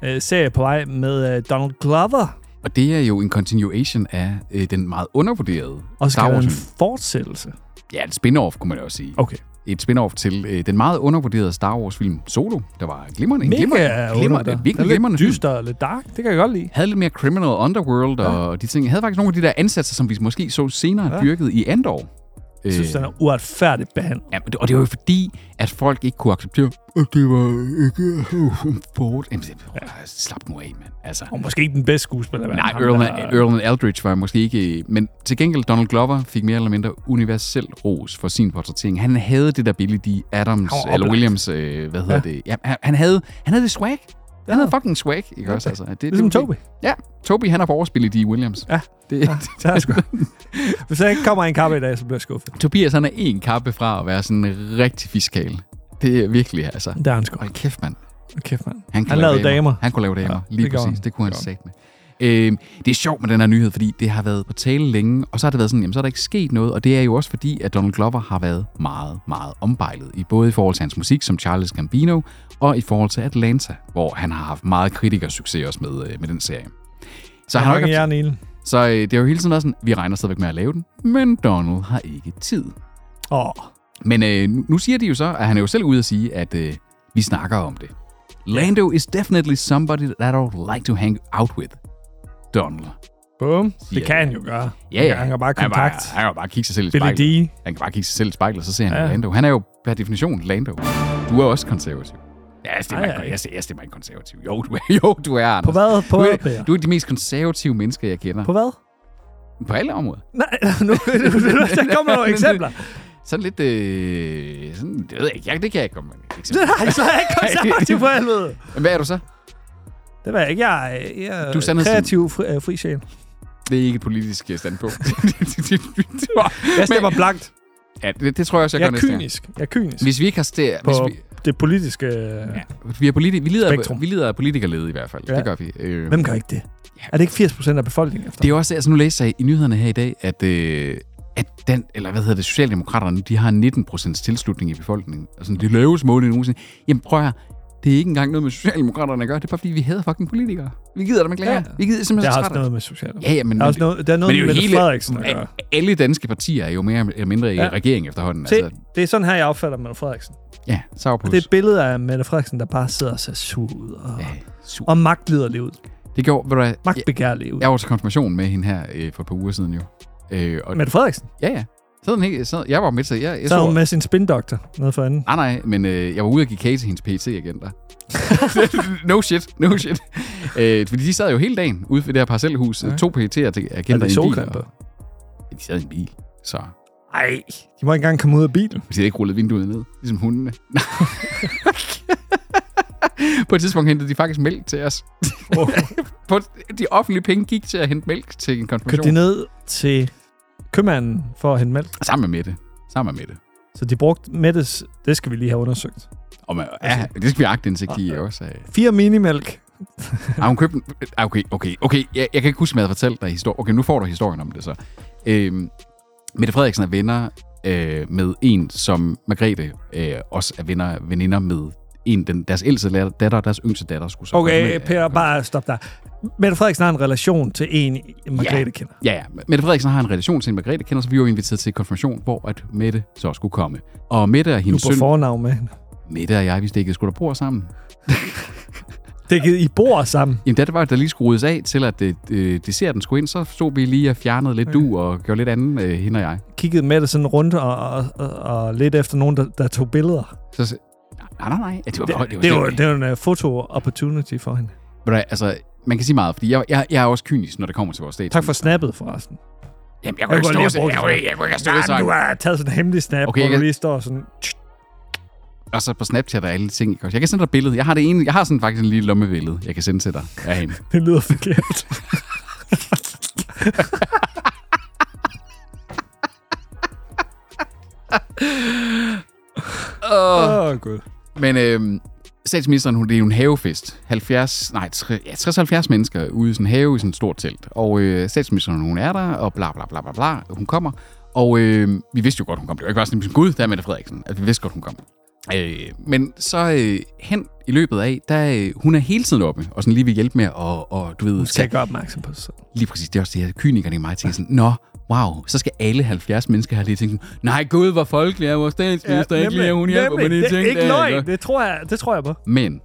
[SPEAKER 2] øh, serie på vej med øh, Donald Glover.
[SPEAKER 3] Og det er jo en continuation af øh, den meget undervurderede
[SPEAKER 2] Og så
[SPEAKER 3] Star
[SPEAKER 2] skal være
[SPEAKER 3] Wars.
[SPEAKER 2] en
[SPEAKER 3] film.
[SPEAKER 2] fortsættelse.
[SPEAKER 3] Ja, et spin-off, kunne man jo også sige.
[SPEAKER 2] Okay.
[SPEAKER 3] Et spin-off til øh, den meget undervurderede Star Wars-film Solo, der var glimrende. en
[SPEAKER 2] Mega
[SPEAKER 3] glimrende, glimrende,
[SPEAKER 2] underværdig. Den
[SPEAKER 3] virkelig
[SPEAKER 2] er
[SPEAKER 3] glimrende
[SPEAKER 2] lidt
[SPEAKER 3] film.
[SPEAKER 2] dyster og lidt dark. Det kan jeg godt lide.
[SPEAKER 3] Havde lidt mere Criminal Underworld og de ting. Havde faktisk nogle af de der ansatser, som vi måske så senere ja. dyrket i Andor. Øh,
[SPEAKER 2] Jeg synes, den er uretfærdigt behandlet.
[SPEAKER 3] Ja, men det- og det var jo fordi, at folk ikke kunne acceptere, at det var ikke øh, Ford. Jamen, det- prøv at- slap nu af, mand. Altså.
[SPEAKER 2] Og måske ikke den bedste skuespiller. men
[SPEAKER 3] Nej,
[SPEAKER 2] ham,
[SPEAKER 3] Earl,
[SPEAKER 2] der-
[SPEAKER 3] and, Earl and Eldridge var måske ikke... Men til gengæld, Donald Glover fik mere eller mindre universel ros for sin portrættering. Han havde det der Billy D. Adams,
[SPEAKER 2] Han var
[SPEAKER 3] eller
[SPEAKER 2] oplagt.
[SPEAKER 3] Williams, øh, hvad hedder ja. det? Ja, han, han, havde, han havde det swag. Den havde fucking swag, ikke også? Altså, det,
[SPEAKER 2] Ligesom
[SPEAKER 3] det er okay.
[SPEAKER 2] Toby.
[SPEAKER 3] Ja, Toby han har overspillet i Williams.
[SPEAKER 2] Ja.
[SPEAKER 3] Det, ja.
[SPEAKER 2] Det er sgu. Hvis der ikke kommer en kappe i dag, så bliver jeg skuffet.
[SPEAKER 3] Tobias han er en kappe fra at være sådan rigtig fiskal. Det er virkelig, altså.
[SPEAKER 2] Der er han sgu.
[SPEAKER 3] Hold kæft, mand.
[SPEAKER 2] Kæft, mand.
[SPEAKER 3] Han,
[SPEAKER 2] Han
[SPEAKER 3] lave
[SPEAKER 2] lavede damer.
[SPEAKER 3] Han kunne lave damer, ja,
[SPEAKER 2] Ja, det
[SPEAKER 3] lige det
[SPEAKER 2] gjorde
[SPEAKER 3] præcis.
[SPEAKER 2] han.
[SPEAKER 3] Det kunne han sagt med. Øhm, det er sjovt med den her nyhed, fordi det har været på tale længe, og så har det været sådan, jamen så er der ikke sket noget, og det er jo også fordi, at Donald Glover har været meget, meget ombejlet, i både i forhold til hans musik som Charles Gambino, og i forhold til Atlanta, hvor han har haft meget kritikersucces også med, øh, med den serie. Så han har
[SPEAKER 2] Han
[SPEAKER 3] ikke
[SPEAKER 2] har
[SPEAKER 3] haft
[SPEAKER 2] jern i ilden.
[SPEAKER 3] så øh, det har jo hele tiden været sådan, vi regner stadigvæk med at lave den, men Donald har ikke tid.
[SPEAKER 2] Åh,
[SPEAKER 3] Men øh, nu- nu siger de jo så, at han er jo selv ude at sige, at øh, vi snakker om det. Lando is definitely somebody that I would like to hang out with. Donald.
[SPEAKER 2] bum. Det
[SPEAKER 3] Ja.
[SPEAKER 2] kan han jo gøre. Han kan bare kontakt.
[SPEAKER 3] Han, bare, han kan bare kigge sig selv i
[SPEAKER 2] Billy
[SPEAKER 3] spejlet.
[SPEAKER 2] D.
[SPEAKER 3] Han kan bare kigge sig selv i spejlet, og så ser han
[SPEAKER 2] Ja.
[SPEAKER 3] ja. Lando. Han er jo per definition Lando. Du er også konservativ. Ja, jeg stemmer,
[SPEAKER 2] Ej,
[SPEAKER 3] ikke,
[SPEAKER 2] ej.
[SPEAKER 3] jeg, stemmer, jeg stemmer ikke konservativ. Jo, du er, jo, du er Anders.
[SPEAKER 2] På hvad? På
[SPEAKER 3] du,
[SPEAKER 2] hvad,
[SPEAKER 3] er,
[SPEAKER 2] Per?
[SPEAKER 3] du er de mest konservative mennesker, jeg kender.
[SPEAKER 2] På
[SPEAKER 3] På,
[SPEAKER 2] hvad?
[SPEAKER 3] på alle områder.
[SPEAKER 2] Nej, nu, der kommer nogle eksempler.
[SPEAKER 3] Sådan lidt... Øh, sådan, det ved jeg ikke. Jeg, det kan jeg ikke komme med. Eksempel.
[SPEAKER 2] Nej, så er jeg ikke konservativ for helvede.
[SPEAKER 3] Men Hvad er du så?
[SPEAKER 2] Det var jeg ikke. Jeg er, jeg er
[SPEAKER 3] Du er sandhedsen.
[SPEAKER 2] kreativ fri, øh, fri sjæl.
[SPEAKER 3] Det er ikke et politisk øh, standpunkt.
[SPEAKER 2] Jeg stemmer blankt.
[SPEAKER 3] ja, det, det tror jeg også,
[SPEAKER 2] Jeg
[SPEAKER 3] jeg, gør
[SPEAKER 2] er
[SPEAKER 3] næste gang.
[SPEAKER 2] kynisk. Jeg er kynisk
[SPEAKER 3] Hvis vi ikke har stær...
[SPEAKER 2] på
[SPEAKER 3] Hvis vi,
[SPEAKER 2] det politiske...
[SPEAKER 3] ja, vi, er politi- vi, lider,
[SPEAKER 2] Spektrum.
[SPEAKER 3] vi lider af politikerlede i hvert fald. Ja.
[SPEAKER 2] Ja.
[SPEAKER 3] Det gør vi. Øh,
[SPEAKER 2] Hvem gør ikke det? Er det ikke 80% af befolkningen efter?
[SPEAKER 3] Det er jo også, altså nu læser jeg i nyhederne her i dag, at, øh, at den, eller hvad hedder det, Socialdemokraterne, de har 19 tilslutning i befolkningen. Altså det laveste mål nogensinde. Jamen prøv at høre, det er ikke engang noget med Socialdemokraterne at gøre, det er bare fordi, vi hader fucking politikere. Vi gider dem ikke længere. Ja.
[SPEAKER 2] Ja.
[SPEAKER 3] Vi gider
[SPEAKER 2] Der
[SPEAKER 3] simpelthen
[SPEAKER 2] er
[SPEAKER 3] så
[SPEAKER 2] også
[SPEAKER 3] trætte.
[SPEAKER 2] noget med socialt.
[SPEAKER 3] Ja, ja, men,
[SPEAKER 2] Der er også noget, der er noget
[SPEAKER 3] men det er jo
[SPEAKER 2] med
[SPEAKER 3] hele,
[SPEAKER 2] hele... Frederiksen at gøre.
[SPEAKER 3] alle danske partier er jo mere eller mindre i
[SPEAKER 2] Ja.
[SPEAKER 3] ja. regering efterhånden.
[SPEAKER 2] Se,
[SPEAKER 3] Altså,
[SPEAKER 2] det er sådan her, jeg opfatter Mette Frederiksen.
[SPEAKER 3] ja,
[SPEAKER 2] Det er
[SPEAKER 3] Sauerpus.
[SPEAKER 2] et billede af Mette Frederiksen, der bare sidder og ser sur ud. Og,
[SPEAKER 3] Ja,
[SPEAKER 2] ja.
[SPEAKER 3] super.
[SPEAKER 2] og magtliderlig ud.
[SPEAKER 3] Det gjorde, ved du hvad, jeg,
[SPEAKER 2] Magtbegærlig ud. Ja.
[SPEAKER 3] jeg var til konfirmation med hende her øh, for et par uger siden jo. Øh, og,
[SPEAKER 2] Mette Frederiksen.
[SPEAKER 3] ja, ja. Så den helt, så, jeg var med til, jeg, jeg
[SPEAKER 2] Så er
[SPEAKER 3] så-
[SPEAKER 2] hun med sin spindoktor nede for anden.
[SPEAKER 3] Nej, nej, men øh, jeg var ude og give kage til hendes pt agenter no shit, no shit. Øh, fordi de sad jo hele dagen ude ved det her parcelhus. Okay. To pt
[SPEAKER 2] Er
[SPEAKER 3] agenter
[SPEAKER 2] det
[SPEAKER 3] i en bil.
[SPEAKER 2] solkræmper?
[SPEAKER 3] Og, Ja, de sad i en bil, så
[SPEAKER 2] Nej, de må ikke engang komme ud af bilen.
[SPEAKER 3] hvis jeg ikke rullede vinduet ned, ligesom hundene. På et tidspunkt hentede de faktisk mælk til os.
[SPEAKER 2] Oh.
[SPEAKER 3] På de offentlige penge gik til at hente mælk til en
[SPEAKER 2] Kørte de
[SPEAKER 3] konfirmation.
[SPEAKER 2] ned til købmanden for at hente mælk.
[SPEAKER 3] Sammen med Mette. Sammen med Mette.
[SPEAKER 2] Så de brugte Mettes, det skal vi lige have undersøgt.
[SPEAKER 3] Og man, ja, det skal vi agtindsigt i også. øh.
[SPEAKER 2] Fire minimælk.
[SPEAKER 3] Ah, hun købte en... Ah, okay, okay, okay. Jeg, jeg kan ikke huske, hvad jeg havde fortalt dig historien. Okay, nu får du historien om det så. Øhm, Mette Frederiksen er venner øh, med en, som Margrethe øh, også er venner, veninder med en, den, deres ældste latter- datter og deres yngste datter skulle så øh,
[SPEAKER 2] Okay,
[SPEAKER 3] konfirmere-
[SPEAKER 2] Per, bare stop der. Mette Frederiksen har en relation til en, Margrethe
[SPEAKER 3] Ja.
[SPEAKER 2] kender.
[SPEAKER 3] Ja, ja. Mette Frederiksen har en relation til en Margrethe kender, så vi var jo inviteret til konfirmation, hvor at Mette så skulle komme. Og Mette og
[SPEAKER 2] Du
[SPEAKER 3] hendes
[SPEAKER 2] er på
[SPEAKER 3] søn,
[SPEAKER 2] fornavn med hende.
[SPEAKER 3] Mette og jeg, vi stikkede sgu da bord sammen.
[SPEAKER 2] Det er givet, I bor sammen.
[SPEAKER 3] Jamen, da det var, der lige skulle ryddes af til, at øh, desserten skulle ind, så stod vi lige og fjernede lidt du og gjorde lidt andet, øh, hende og jeg.
[SPEAKER 2] Kiggede Mette sådan rundt og, og, og, og lidt efter nogen, der, der tog billeder.
[SPEAKER 3] Så, så nej, nej, nej. Det var,
[SPEAKER 2] Det,
[SPEAKER 3] det, det var,
[SPEAKER 2] det,
[SPEAKER 3] det
[SPEAKER 2] var, det var en uh, foto-opportunity for hende.
[SPEAKER 3] altså, man kan sige meget, fordi jeg, jeg, jeg er også kynisk, når det kommer til vores stat.
[SPEAKER 2] Tak for snappet, forresten.
[SPEAKER 3] Jamen, jeg
[SPEAKER 2] Jeg
[SPEAKER 3] kunne ikke
[SPEAKER 2] kunne lige
[SPEAKER 3] stå
[SPEAKER 2] have brugt
[SPEAKER 3] sådan. Jeg
[SPEAKER 2] det.
[SPEAKER 3] kunne ikke- jeg kunne ikke stå
[SPEAKER 2] Nej, du
[SPEAKER 3] sådan.
[SPEAKER 2] har taget sådan en hemmelig snap, okay, hvor
[SPEAKER 3] Okay, jeg
[SPEAKER 2] du
[SPEAKER 3] kan-
[SPEAKER 2] lige står sådan...
[SPEAKER 3] Og så på Snapchat og alle ting. ikke også? Jeg kan sende dig et billede. Jeg har, det ene, jeg har sådan faktisk en lille lommebillede, jeg kan sende til dig. Af hende.
[SPEAKER 2] Det lyder forkert. Åh, oh. oh, gud.
[SPEAKER 3] Men øhm, statsministeren, hun, det er jo en havefest. 70, nej, tre- ja, 60-70 mennesker ude i sådan en have i sådan et stort telt. Og øh, statsministeren, hun er der, og bla bla bla bla bla, hun kommer. Og øh, vi vidste jo godt, hun kom. Det var ikke bare sådan, ligesom, gud, der er Mette Frederiksen. Altså, vi vidste godt, hun kom. Øh, men så øh, hen i løbet af, der, øh, hun er hele tiden oppe, og sådan lige vil hjælpe med at, og, og du ved,
[SPEAKER 2] Nu skal jeg gøre opmærksom på sig selv.
[SPEAKER 3] lige præcis, det er også det her, kynikerne i mig tænker sådan, nå, wow, så skal alle 70 mennesker her lige tænke, sådan, nej gud, hvor folkelig er vores statsminister, ja, ikke lige, at hun hjælper med de
[SPEAKER 2] det er
[SPEAKER 3] ting.
[SPEAKER 2] ikke
[SPEAKER 3] der,
[SPEAKER 2] løgn. Det tror, jeg, det tror jeg på.
[SPEAKER 3] men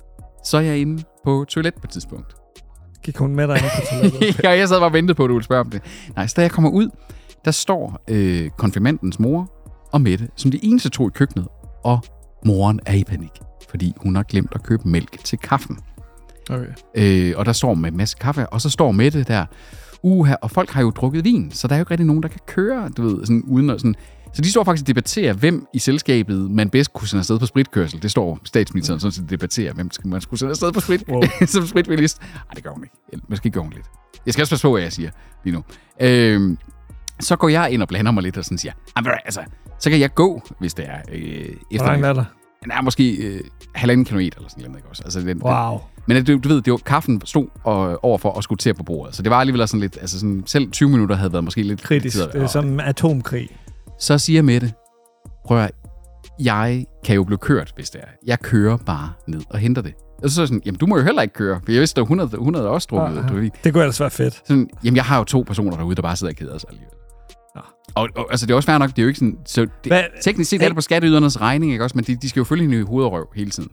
[SPEAKER 3] så er jeg inde på toilet på et tidspunkt.
[SPEAKER 2] Gik hun med dig ind på toilettet?
[SPEAKER 3] jeg, jeg sad bare og ventede på, at du ville spørge om det. Nej, så da jeg kommer ud, der står øh, konfirmandens mor og Mette, som de eneste to i køkkenet, og moren er i panik, fordi hun har glemt at købe mælk til kaffen.
[SPEAKER 2] Okay.
[SPEAKER 3] Øh, og der står med en masse kaffe, og så står Mette der, uha, og folk har jo drukket vin, så der er jo ikke rigtig nogen, der kan køre, du ved, sådan, uden at sådan, Så de står faktisk og debatterer, hvem i selskabet man bedst kunne sende afsted på spritkørsel. Det står statsministeren sådan set debatterer, hvem skal man skulle sende afsted på sprit, wow. som spritbilist. Nej, det gør hun ikke. Eller, Måske gør hun lidt. Jeg skal også passe på, hvad jeg siger lige nu. Øhm, så går jeg ind og blander mig lidt og sådan siger, "Ej, ved du hvad, altså, så kan jeg gå, hvis det er øh,
[SPEAKER 2] Hvor
[SPEAKER 3] efter.
[SPEAKER 2] langt er der?
[SPEAKER 3] Den er måske øh, halvanden kilometer eller sådan noget. Ikke også? Altså, den, den,
[SPEAKER 2] Wow.
[SPEAKER 3] men at du, du ved, det var, kaffen stod og, overfor og skulle til på bordet. Så det var alligevel også sådan lidt, altså sådan, selv 20 minutter havde været måske lidt
[SPEAKER 2] Kritisk. øh,
[SPEAKER 3] tid at-
[SPEAKER 2] Det er
[SPEAKER 3] og-
[SPEAKER 2] som atomkrig.
[SPEAKER 3] så siger Mette, prøv at høre, jeg kan jo blive kørt, hvis det er. Jeg kører bare ned og henter det. Og så er jeg sådan, jamen du må jo heller ikke køre, for jeg vidste, der var 100, 100 der også drukket.
[SPEAKER 2] Ah,
[SPEAKER 3] Du ved.
[SPEAKER 2] Det kunne ellers være fedt.
[SPEAKER 3] Sådan, jamen jeg har jo to personer derude, der bare sidder og keder sig alligevel. Og, og, altså, det er også fair nok, det er jo ikke sådan... Så det,
[SPEAKER 2] Hvad-
[SPEAKER 3] teknisk set er det på skatteydernes regning, ikke også? Men de, de skal jo følge hende i hoved og røv hele tiden.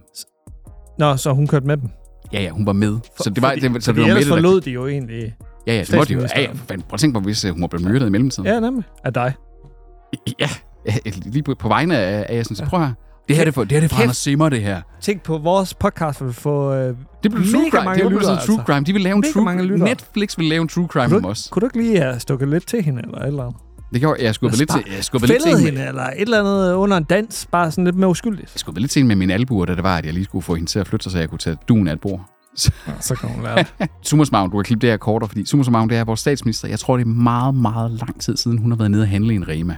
[SPEAKER 2] Nå, så hun kørte med dem.
[SPEAKER 3] Ja, ja, hun var med. så det var,
[SPEAKER 2] fordi,
[SPEAKER 3] det, var- så
[SPEAKER 2] fordi
[SPEAKER 3] det var
[SPEAKER 2] ellers
[SPEAKER 3] Mette, der-
[SPEAKER 2] forlod de jo egentlig...
[SPEAKER 3] Ja, ja, det måtte de jo. Ja, ja,
[SPEAKER 2] statsministeren.
[SPEAKER 3] for fanden, prøv at tænke på, hvis øh, hun var blevet myrdet i mellemtiden.
[SPEAKER 2] Ja, nemlig. Af dig.
[SPEAKER 3] ja. ja lige på, på vegne af, af jeg sådan, så prøv at høre. Det her det er for, det her, det er for
[SPEAKER 2] Kæft.
[SPEAKER 3] Anders Simmer, det her.
[SPEAKER 2] Tænk på, vores podcast vil få... Øh,
[SPEAKER 3] Det blev
[SPEAKER 2] mega
[SPEAKER 3] true crime.
[SPEAKER 2] mange
[SPEAKER 3] det var blevet
[SPEAKER 2] lyttere,
[SPEAKER 3] sådan true crime. De vil lave en
[SPEAKER 2] Mega
[SPEAKER 3] true
[SPEAKER 2] mange
[SPEAKER 3] crime.
[SPEAKER 2] lyttere.
[SPEAKER 3] Netflix vil lave en true crime
[SPEAKER 2] Kunne
[SPEAKER 3] om
[SPEAKER 2] du,
[SPEAKER 3] os.
[SPEAKER 2] ikke- kunne du ikke lige have stukket lidt til hende, eller et eller andet?
[SPEAKER 3] Det gjorde jeg. Jeg skubbede lidt til, jeg skubbede lidt til,
[SPEAKER 2] Fældede
[SPEAKER 3] hende,
[SPEAKER 2] hende, eller et eller andet under en dans, bare sådan lidt mere uskyldigt.
[SPEAKER 3] jeg skubbede lidt til hende med min albuer, da det var, at jeg lige skulle få hende til at flytte sig, så jeg kunne tage duen af et bord.
[SPEAKER 2] Så kan hun lære det.
[SPEAKER 3] Summa summarum, du kan klippe det her kortere, fordi summa summarum, det er vores statsminister. Jeg tror, det er meget, meget lang tid siden, hun har været nede og handle i en Rema.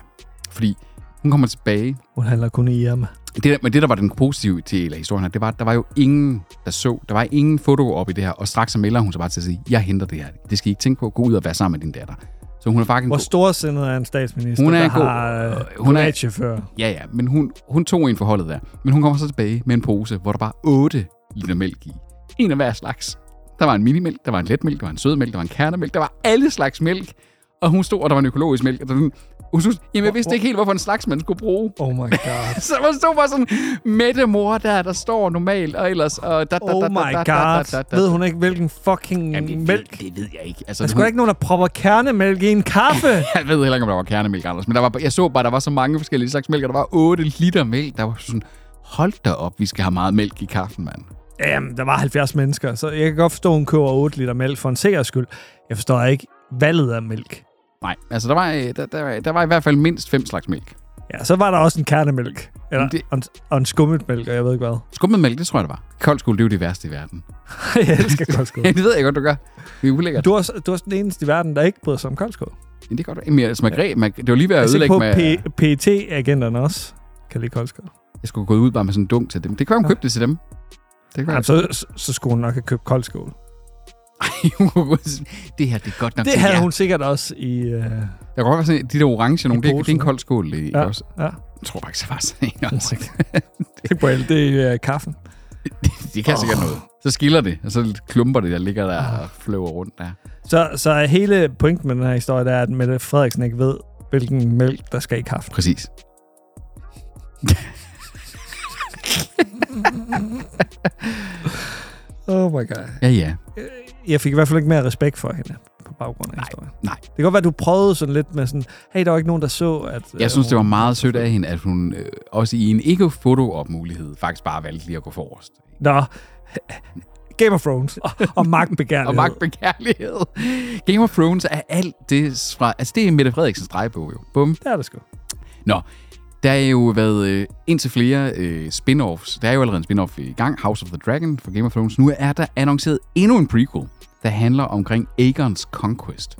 [SPEAKER 3] Fordi hun kommer tilbage,
[SPEAKER 2] Hun handler kun i Irma.
[SPEAKER 3] Det, der- men det, der var den positive del af historien her, det var, at der var jo ingen, der så, der var ingen foto op i det her, og straks så melder hun sig bare til at sige, jeg henter det her. Det skal I ikke tænke på. Gå ud og være sammen med din datter. Så hun er faktisk... en
[SPEAKER 2] Hvor
[SPEAKER 3] god-
[SPEAKER 2] storsindet er en statsminister,
[SPEAKER 3] Hun er
[SPEAKER 2] der
[SPEAKER 3] god.
[SPEAKER 2] har øh,
[SPEAKER 3] Øh, hun er-
[SPEAKER 2] privatchauffør.
[SPEAKER 3] Ja, ja, men hun, hun tog en forholdet der. Men hun kommer så tilbage med en pose, hvor der var otte liter mælk i. En af hver slags. Der var en minimælk, der var en letmælk, der var en sødmælk, der var en kernemælk, der var alle slags mælk. Og hun stod, og der var en økologisk mælk. Og der var sådan, hun synes, jamen jeg vidste ikke helt, hvorfor en slags man skulle bruge.
[SPEAKER 2] Oh my god.
[SPEAKER 3] Så man stod bare sådan, Mette mor der, der står normalt, og ellers... Og da, da, da,
[SPEAKER 2] Oh
[SPEAKER 3] da,
[SPEAKER 2] my
[SPEAKER 3] da, da, da, da,
[SPEAKER 2] god.
[SPEAKER 3] da.
[SPEAKER 2] Ved hun ikke, hvilken fucking
[SPEAKER 3] Jamen, det,
[SPEAKER 2] mælk?
[SPEAKER 3] Det, det ved jeg ikke. Altså,
[SPEAKER 2] Der er sgu da ikke nogen, der propper kernemælk i en kaffe.
[SPEAKER 3] jeg ved heller ikke, om der var kernemælk, Anders, men der var, jeg så bare, der var så mange forskellige slags mælk, og der var 8 liter mælk. Der var sådan, hold da op, vi skal have meget mælk i kaffen, mand.
[SPEAKER 2] Jamen, der var 70 mennesker, så jeg kan godt forstå, at hun køber 8 liter mælk for en sikkerheds skyld. Jeg forstår ikke valget af mælk.
[SPEAKER 3] Nej, altså der var, øh, der, der, var- der var i hvert fald mindst fem slags mælk.
[SPEAKER 2] Ja, så var der også en kernemælk. Eller
[SPEAKER 3] Men det-
[SPEAKER 2] det... og, en, og en skummet mælk, og jeg ved ikke hvad.
[SPEAKER 3] Skummet mælk, det tror jeg, det var. Kold skole, det er jo det værste i verden.
[SPEAKER 2] jeg elsker koldskål.
[SPEAKER 3] Ja, det ved jeg godt, du gør. Det er ulækkert.
[SPEAKER 2] Du er, også- du er også den eneste i verden, der ikke bryder sig om koldskål.
[SPEAKER 3] Men det er godt. Jamen, altså, Margrethe, Margrethe, det var lige ved
[SPEAKER 2] Jeg
[SPEAKER 3] at
[SPEAKER 2] er sikker
[SPEAKER 3] ødelægge
[SPEAKER 2] på,
[SPEAKER 3] med...
[SPEAKER 2] at PET-agenterne også kan lide koldskål.
[SPEAKER 3] Jeg skulle gå ud bare med sådan en dunk til dem. Det kan hun købe det til dem. Det kan
[SPEAKER 2] Jamen,
[SPEAKER 3] være.
[SPEAKER 2] så, så- så skulle hun nok have købt koldskål.
[SPEAKER 3] det her, det er godt nok
[SPEAKER 2] Det
[SPEAKER 3] til
[SPEAKER 2] havde
[SPEAKER 3] jer.
[SPEAKER 2] hun sikkert også i... Øh...
[SPEAKER 3] Der kan godt være sådan, de der orange nogle,
[SPEAKER 2] I
[SPEAKER 3] det, er- det er en
[SPEAKER 2] posen.
[SPEAKER 3] kold skål, det, ja.
[SPEAKER 2] Ja,
[SPEAKER 3] også?
[SPEAKER 2] ja.
[SPEAKER 3] Jeg tror faktisk, det var sådan en også.
[SPEAKER 2] Det, er, det er øh, kaffen.
[SPEAKER 3] Det kan sikkert noget. Så skiller det, og så klumper det, der ligger der og fløver rundt der.
[SPEAKER 2] Så, så hele pointen med den her historie, der er, at Mette Frederiksen ikke ved, hvilken mælk, der skal i kaffen.
[SPEAKER 3] Præcis.
[SPEAKER 2] Oh my god.
[SPEAKER 3] Ja, ja.
[SPEAKER 2] Jeg fik i hvert fald ikke mere respekt for hende på baggrund af
[SPEAKER 3] Nej,
[SPEAKER 2] historien.
[SPEAKER 3] nej.
[SPEAKER 2] Det kan godt være, at du prøvede sådan lidt med sådan, hey, der var ikke nogen, der så, at... øh,
[SPEAKER 3] Jeg synes, det var meget sødt af hende, at hun øh, også i en ikke foto op mulighed faktisk bare valgte lige at gå forrest.
[SPEAKER 2] Nå, Game of Thrones og, og magtbegærlighed.
[SPEAKER 3] Og magt med kærlighed. Game of Thrones er alt det fra... Altså, det er Mette Frederiksens drejebog jo. Bum.
[SPEAKER 2] Det er det sgu.
[SPEAKER 3] Nå, der er jo været øh, indtil flere øh, spin-offs. Der er jo allerede en spin-off i gang, House of the Dragon for Game of Thrones. Nu er der annonceret endnu en prequel, der handler omkring Aegons Conquest.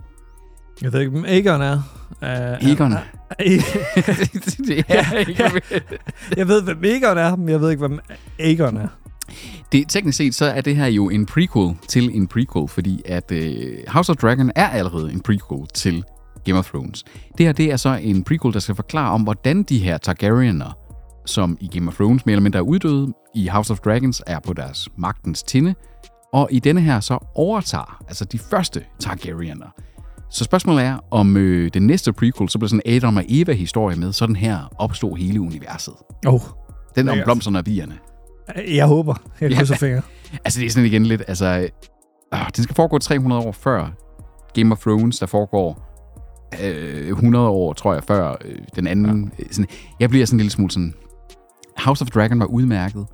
[SPEAKER 2] Jeg ved ikke, hvem Aegon er. Uh,
[SPEAKER 3] Aegon. det, er ikke,
[SPEAKER 2] jeg ved, hvem Aegon er, men jeg ved ikke, hvem Aegon er.
[SPEAKER 3] det, teknisk set så er det her jo en prequel til en prequel, fordi at øh, House of Dragon er allerede en prequel til Game of Thrones. Det her det er så en prequel, der skal forklare om, hvordan de her Targaryener, som i Game of Thrones mere eller mindre er uddøde, i House of Dragons er på deres magtens tinde, og i denne her så overtager, altså de første Targaryener. Så spørgsmålet er, om øh, den næste prequel, så bliver sådan en Adam og Eva-historie med, sådan her opstod hele universet.
[SPEAKER 2] Oh.
[SPEAKER 3] Den om
[SPEAKER 2] Lækkert.
[SPEAKER 3] blomsterne og bierne.
[SPEAKER 2] Jeg håber. Jeg krydser fingre.
[SPEAKER 3] Altså, det er sådan igen lidt, altså... Øh, den skal foregå 300 år før Game of Thrones, der foregår øh, 100 år, tror jeg, før øh, den anden. Ja. Sådan, jeg bliver sådan en lille smule sådan... House of Dragon var udmærket.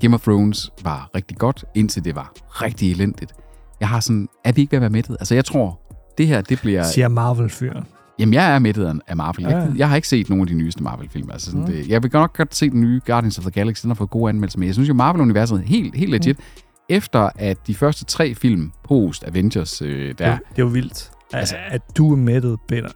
[SPEAKER 3] Game of Thrones var rigtig godt, indtil det var rigtig elendigt. Jeg har sådan... Er vi ikke ved at være mættet? Altså, jeg tror, det her, det bliver...
[SPEAKER 2] Siger Marvel-fyren.
[SPEAKER 3] Jamen, jeg er mættet af- af Marvel.
[SPEAKER 2] Ja,
[SPEAKER 3] Jeg,
[SPEAKER 2] ja. Mm.
[SPEAKER 3] jeg har ikke set nogen af de nyeste Marvel-film. Altså sådan, det, jeg vil godt nok godt se den nye Guardians of the Galaxy. Den har fået gode anmeldelser, men jeg synes jo, Marvel-universet er helt,
[SPEAKER 2] Mm.
[SPEAKER 3] helt legit. Efter at de første tre film, post Avengers, øh,
[SPEAKER 2] Det, er
[SPEAKER 3] der...
[SPEAKER 2] jo- det er jo vildt, altså,
[SPEAKER 3] Altså-
[SPEAKER 2] at du er mættet, Peter.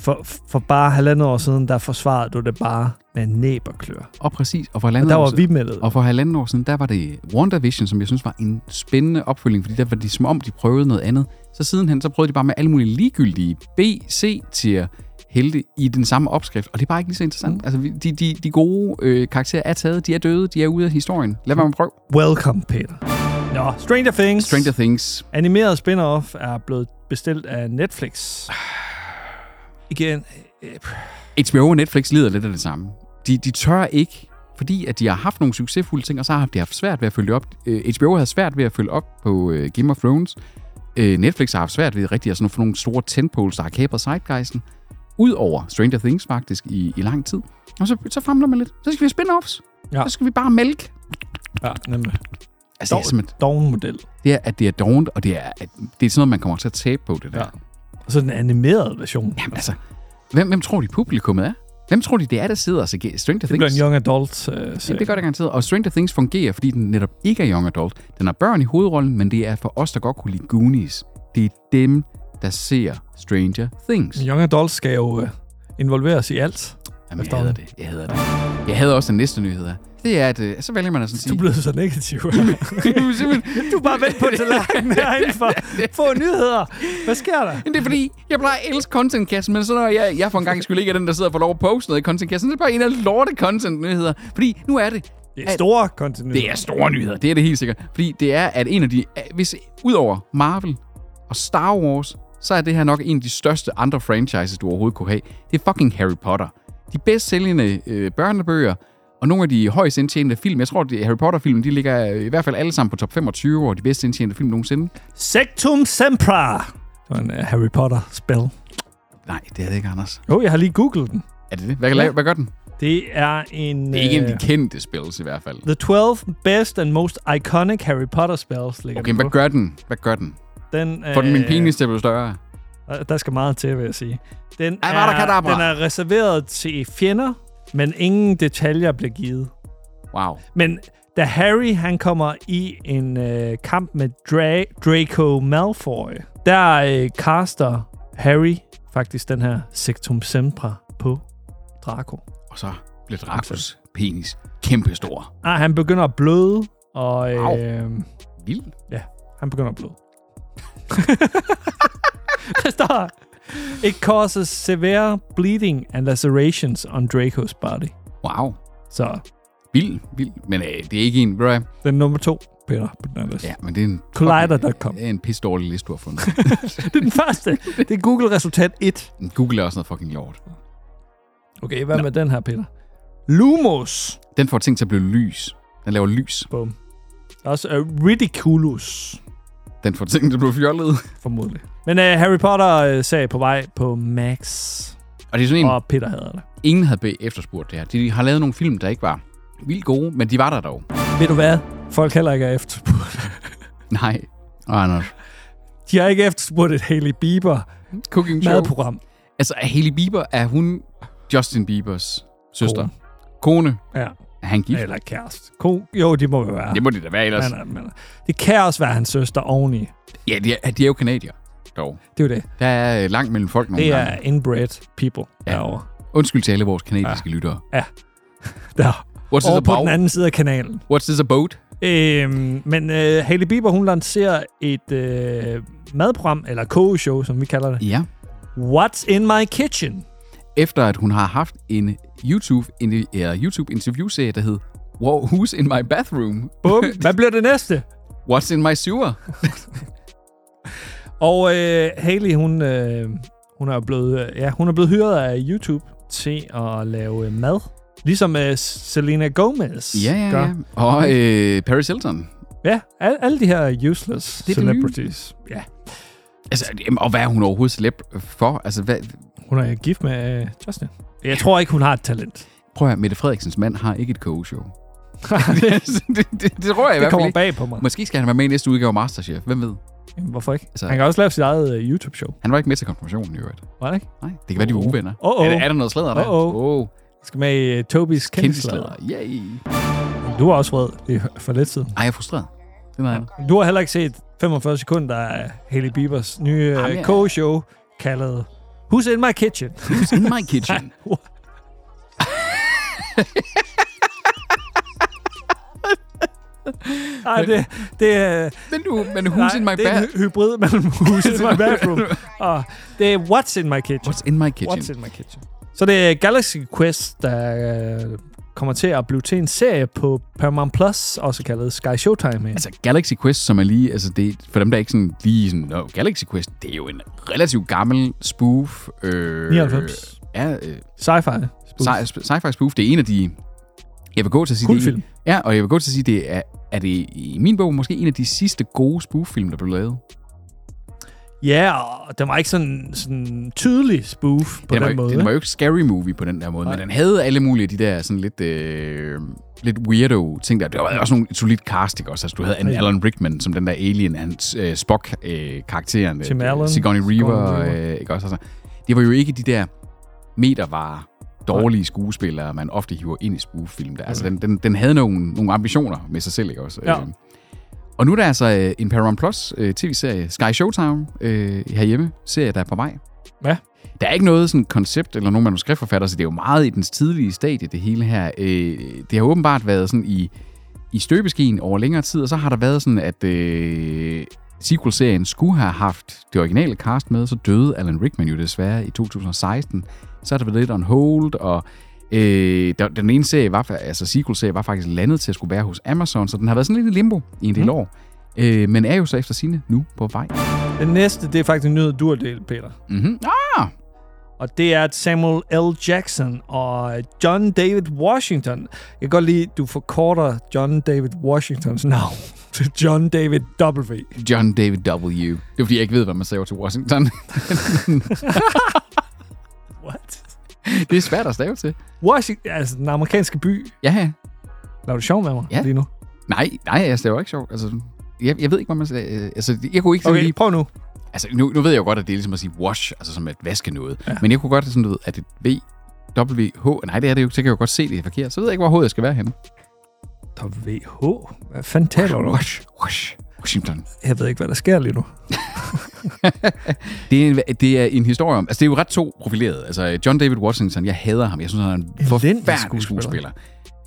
[SPEAKER 2] For, for bare halvandet år siden, der forsvarede du det bare med næb og klør.
[SPEAKER 3] Og præcis, og
[SPEAKER 2] Og
[SPEAKER 3] for halvandet
[SPEAKER 2] der
[SPEAKER 3] år
[SPEAKER 2] var
[SPEAKER 3] siden-
[SPEAKER 2] vi mættet.
[SPEAKER 3] Og for halvanden år siden, der var det WandaVision, som jeg synes var en spændende opfølging, fordi der var de som om, de prøvede noget andet. Så sidenhen, så prøvede de bare med alle mulige ligegyldige B, C tier helte i den samme opskrift, og det er bare ikke lige så interessant. Mm. Altså, vi- de, de, de gode øh, karakterer er taget, de er døde, de er ude af historien. Lad mig prøve.
[SPEAKER 2] Welcome, Peter. Nå, Stranger Things.
[SPEAKER 3] Stranger Things.
[SPEAKER 2] Animeret spin-off er blevet bestilt af Netflix. Igen. øh,
[SPEAKER 3] HBO og Netflix lider lidt af det samme. De, de tør ikke, fordi at de har haft nogle succesfulde ting, og så har de haft svært ved at følge op. Øh, HBO havde svært ved at følge op på øh, Game of Thrones. Øh, Netflix har haft svært ved rigtig at sådan få nogle store tentpoles, der har kapret zeitgeisten. Udover Stranger Things faktisk i, i lang tid. Og så, så famler man lidt. Så skal vi have spin-offs.
[SPEAKER 2] Ja.
[SPEAKER 3] Ja. Så skal vi bare mælke.
[SPEAKER 2] Ja, nemlig.
[SPEAKER 3] Altså, det er, simpelthen,
[SPEAKER 2] Dogen-model.
[SPEAKER 3] det er, at det er dovent, og det er, at det er sådan noget, man kommer til at tabe på det der.
[SPEAKER 2] Ja. Og så den animerede version.
[SPEAKER 3] Jamen altså, hvem, hvem tror de publikummet er? Hvem tror de, det er, der sidder og ser Stranger
[SPEAKER 2] Det
[SPEAKER 3] Things?
[SPEAKER 2] bliver en young adult øh,
[SPEAKER 3] Ja,
[SPEAKER 2] serie.
[SPEAKER 3] det gør det garanteret. Og Stranger Things fungerer, fordi den netop ikke er young adult. Den har børn i hovedrollen, men det er for os, der godt kunne lide Goonies. Det er dem, der ser Stranger Things.
[SPEAKER 2] En young adult skal jo øh, involveres i alt.
[SPEAKER 3] Jamen, jeg
[SPEAKER 2] forstår
[SPEAKER 3] hader
[SPEAKER 2] jeg.
[SPEAKER 3] det. Jeg hader det. Jeg hader også den næste nyhed her. Det er, at øh, så vælger man at sådan sige...
[SPEAKER 2] Du blev så negativ.
[SPEAKER 3] Jamen, simpelthen-
[SPEAKER 2] du er bare vent på tallerkenen herinde for få nyheder. Hvad sker der?
[SPEAKER 3] Men det er fordi, jeg plejer at elske contentkassen, men så når jeg, jeg for en gang skulle ikke er den, der sidder og får lov at poste noget i contentkassen, så er det bare en af lorte content-nyheder. Fordi nu er det,
[SPEAKER 2] Det er store kontinuer.
[SPEAKER 3] Det er store nyheder, det er det helt sikkert. Fordi det er, at en af de... Hvis udover Marvel og Star Wars, så er det her nok en af de største andre franchises, du overhovedet kunne have. Det er fucking Harry Potter. De bedst sælgende øh, børnebøger, og nogle af de højst indtjente film. Jeg tror, at Harry Potter-film, de ligger øh, i hvert fald alle sammen på top 25 over de bedst indtjente film nogensinde.
[SPEAKER 2] Sectum Sempra. Det var en uh, Harry Potter-spil.
[SPEAKER 3] Nej, det er det ikke, Anders.
[SPEAKER 2] Jo, jeg har lige googlet den.
[SPEAKER 3] Er det det? Hvad, ja. hvad gør den?
[SPEAKER 2] Det er en...
[SPEAKER 3] Det er ikke en
[SPEAKER 2] øh,
[SPEAKER 3] af de kendte spils i hvert fald.
[SPEAKER 2] The 12 best and most iconic Harry Potter spells ligger
[SPEAKER 3] Okay,
[SPEAKER 2] den
[SPEAKER 3] hvad
[SPEAKER 2] på.
[SPEAKER 3] gør den? Hvad gør den?
[SPEAKER 2] Den,
[SPEAKER 3] Får den min
[SPEAKER 2] øh,
[SPEAKER 3] penis til at blive større?
[SPEAKER 2] øh, Der skal meget til, vil jeg sige. Den er,
[SPEAKER 3] Abracadabra.
[SPEAKER 2] den er reserveret til fjender, men ingen detaljer bliver givet.
[SPEAKER 3] Wow.
[SPEAKER 2] Men da Harry han kommer i en øh, kamp med Dra- Draco Malfoy, der øh, caster Harry faktisk den her Sectum Sempra på Draco.
[SPEAKER 3] Og så bliver Dracos penis kæmpestor.
[SPEAKER 2] Ah, han begynder at bløde, og
[SPEAKER 3] Au.
[SPEAKER 2] øh,
[SPEAKER 3] Vild.
[SPEAKER 2] ja, han begynder at bløde. Der står, it causes severe bleeding and lacerations on Draco's body.
[SPEAKER 3] Wow.
[SPEAKER 2] Så
[SPEAKER 3] Vild, vild. Men øh, det er ikke en, bro.
[SPEAKER 2] den er nummer to, Peter, på den her liste.
[SPEAKER 3] Ja, men det er en...
[SPEAKER 2] Collider.com.
[SPEAKER 3] Det er en pisse dårlig liste, du har fundet.
[SPEAKER 2] Det er den første. Det er Google-resultat 1.
[SPEAKER 3] Google er også noget fucking lort.
[SPEAKER 2] Okay, hvad Nå. med den her, Peter? Lumos.
[SPEAKER 3] Den får ting til at blive lys. Den laver lys.
[SPEAKER 2] Bum. Også uh, Ridiculous,
[SPEAKER 3] Den får ting til at blive fjollet.
[SPEAKER 2] formodentlig. Men uh, Harry Potter-serie på vej på Max.
[SPEAKER 3] Og det er sådan en,
[SPEAKER 2] Og Peter hader det.
[SPEAKER 3] ingen havde be- efterspurgt det her. De har lavet nogle film, der ikke var vildt gode, men de var der dog.
[SPEAKER 2] Ved du hvad? Folk heller ikke er efterspurgt.
[SPEAKER 3] Nej. Og Anders.
[SPEAKER 2] De har ikke efterspurgt et Hailey Bieber
[SPEAKER 3] Cooking show.
[SPEAKER 2] madprogram.
[SPEAKER 3] Altså, er Hailey Bieber, er hun Justin Biebers søster? Kone.
[SPEAKER 2] Ja.
[SPEAKER 3] Er han gift?
[SPEAKER 2] Eller kæreste. Ko- jo, det må jo være.
[SPEAKER 3] Det må det da være ellers.
[SPEAKER 2] men, øh, men, øh, det kan også være hans søster oveni.
[SPEAKER 3] Ja, de er, de er jo kanadier, dog.
[SPEAKER 2] Det er jo det.
[SPEAKER 3] Der er øh, langt mellem folk nogle
[SPEAKER 2] Det
[SPEAKER 3] gange.
[SPEAKER 2] er inbred people ja.
[SPEAKER 3] Ja.
[SPEAKER 2] derovre.
[SPEAKER 3] Undskyld til alle vores kanadiske ja. lyttere.
[SPEAKER 2] Der.
[SPEAKER 3] What's this
[SPEAKER 2] Over på
[SPEAKER 3] about?
[SPEAKER 2] den anden side af kanalen.
[SPEAKER 3] What's this about?
[SPEAKER 2] Øhm, men øh, Hailey Bieber, hun lancerer et øh, madprogram, eller kogeshow, som vi kalder det.
[SPEAKER 3] Ja.
[SPEAKER 2] What's in my kitchen?
[SPEAKER 3] Efter at hun har haft en YouTube, en, uh, YouTube interviewserie, der hed Wow, Who's in my bathroom?
[SPEAKER 2] Bum. Hvad bliver det næste?
[SPEAKER 3] What's in my sewer?
[SPEAKER 2] Og øh, Hailey, hun, øh, hun, er blevet, øh, ja, hun er blevet hyret af YouTube til at lave øh, mad. Ligesom øh, Selena Gomez
[SPEAKER 3] ja, ja,
[SPEAKER 2] gør.
[SPEAKER 3] ja. Og øh, Paris Hilton.
[SPEAKER 2] ja al, alle de her useless
[SPEAKER 3] Det er det nye.
[SPEAKER 2] celebrities. Ja,
[SPEAKER 3] Altså, jamen, og hvad er hun overhovedet celeb for? Altså, hvad,
[SPEAKER 2] hun er gift med øh, Justin. Jeg tror ikke, hun har et talent.
[SPEAKER 3] prøv at høre, Mette Frederiksens mand har ikke et kogeshow. det, det, det, tror jeg
[SPEAKER 2] Det
[SPEAKER 3] i hvert fald
[SPEAKER 2] kommer
[SPEAKER 3] ikke.
[SPEAKER 2] bag på mig.
[SPEAKER 3] Måske skal han være med i næste udgave af Masterchef. Hvem ved?
[SPEAKER 2] Jamen, Hvorfor ikke?
[SPEAKER 3] Altså-
[SPEAKER 2] Altså, han kan også lave sit eget øh, YouTube-show,
[SPEAKER 3] Han var ikke med til konfirmationen i øvrigt.
[SPEAKER 2] var det ikke?
[SPEAKER 3] Nej, det kan være, de var uvenner.
[SPEAKER 2] Uh-oh.
[SPEAKER 3] Er, der- er der noget sladder der?
[SPEAKER 2] Uh-oh.
[SPEAKER 3] Oh,
[SPEAKER 2] Han skal med i uh, Tobis kendtislader.
[SPEAKER 3] kendtislader. Yay.
[SPEAKER 2] Du var også rød i, for lidt siden.
[SPEAKER 3] Ej, jeg er frustreret. Det er noget andet.
[SPEAKER 2] Du har heller ikke set 45 sekunder af Hailey Biebers nye
[SPEAKER 3] Jamen,
[SPEAKER 2] uh,
[SPEAKER 3] ja.
[SPEAKER 2] co-show, kaldet Who's in my kitchen?
[SPEAKER 3] Who's in my kitchen?
[SPEAKER 2] Nej, det, det er...
[SPEAKER 3] men du, men who's in my
[SPEAKER 2] det er en
[SPEAKER 3] bed?
[SPEAKER 2] hy- hybrid mellem Who's in my bathroom og det er What's in my kitchen.
[SPEAKER 3] What's in my kitchen?
[SPEAKER 2] What's in my kitchen. Så det er Galaxy Quest, der øh, kommer til at blive til en serie på Paramount Plus, også kaldet Sky Showtime. Altså,
[SPEAKER 3] Altså Galaxy Quest, som er lige, altså det, er- for dem, der ikke sådan lige sådan, no, Galaxy Quest, det er jo en relativt gammel spoof. Øh,
[SPEAKER 2] 99.
[SPEAKER 3] Ja, øh,
[SPEAKER 2] Sci-fi.
[SPEAKER 3] sci- sci-fi spoof, det er en af de, jeg vil gå til at sige,
[SPEAKER 2] Kultfilm.
[SPEAKER 3] det er, ja, og jeg vil gå til at sige, det er, er det i min bog måske en af de sidste gode spoof-film, der blev lavet.
[SPEAKER 2] Ja, og den var ikke sådan, sådan tydelig spoof på den,
[SPEAKER 3] den, var, jo-
[SPEAKER 2] måde.
[SPEAKER 3] den var jo ikke scary movie på den der måde, Nej. men den havde alle mulige af de der sådan lidt, øh, lidt weirdo ting der. Der var også nogle et solidt cast, ikke også? Altså, du havde Alan,
[SPEAKER 2] Ja.
[SPEAKER 3] Alan Rickman som den der alien, hans øh, Spock-karakteren.
[SPEAKER 2] Tim Allen.
[SPEAKER 3] Sigourney Reaver,
[SPEAKER 2] Sigourney
[SPEAKER 3] øh, ikke også? Altså, det var jo ikke de der metervarer dårlige skuespillere, man ofte hiver ind i spoof-film. Der. Altså, den, den, den havde nogle, nogle ambitioner med sig selv, ikke også?
[SPEAKER 2] Ja.
[SPEAKER 3] Øh, Og nu er der altså øh, en Paramount Plus øh, tv-serie, Sky Showtime, øh, herhjemme, serie, der er på vej.
[SPEAKER 2] Ja.
[SPEAKER 3] Der er ikke noget sådan koncept eller nogen manuskriptforfatter, så det er jo meget i dens tidlige stadie, det hele her. Øh, det har åbenbart været sådan i, i støbeskeen over længere tid, og så har der været sådan, at øh, sequel-serien skulle have haft det originale cast med, så døde Alan Rickman jo desværre i 2016. Så har der været lidt on hold, og øh, der, den ene serie, var, fa- altså sequel-serie, var faktisk landet til at skulle være hos Amazon, så den har været sådan lidt i limbo i en del mm. år. Øh, men er jo så efter sine nu på vej.
[SPEAKER 2] Den næste, det er faktisk en nyhed, du har delt, Peter.
[SPEAKER 3] Mm-hmm. Ah!
[SPEAKER 2] Og det er at Samuel L. Jackson og John David Washington. Jeg kan godt lide, at du forkorter John David Washingtons navn til John David W.
[SPEAKER 3] John David W. Det er fordi, jeg ikke ved, hvad man saver til Washington.
[SPEAKER 2] What?
[SPEAKER 3] det er svært at stave til.
[SPEAKER 2] Washington, altså den amerikanske by.
[SPEAKER 3] Ja, ja.
[SPEAKER 2] Laver du sjov med mig
[SPEAKER 3] Ja.
[SPEAKER 2] lige nu?
[SPEAKER 3] Nej, nej, jeg staver ikke sjovt. Altså, jeg, jeg ved ikke, hvad man siger. Altså, jeg kunne ikke sådan
[SPEAKER 2] Okay,
[SPEAKER 3] lige...
[SPEAKER 2] prøv nu.
[SPEAKER 3] Altså, nu, nu ved jeg jo godt, at det er ligesom at sige wash, altså som at vaske noget. Ja. Men jeg kunne godt sådan, du ved, at et V, W, H... Nej, det er det jo ikke. Så kan jeg jo godt se, det er forkert. Så ved jeg ikke, hvor hovedet jeg skal være henne.
[SPEAKER 2] WH? Hvad fanden taler du?
[SPEAKER 3] Wash, wash, Washington.
[SPEAKER 2] Jeg ved ikke, hvad der sker lige nu.
[SPEAKER 3] Det er, en, det er en historie om... Altså, det er jo ret to profileret. Altså, John David Washington, jeg hader ham. Jeg synes, han er en forfærdelig
[SPEAKER 2] skuespiller.
[SPEAKER 3] skuespiller.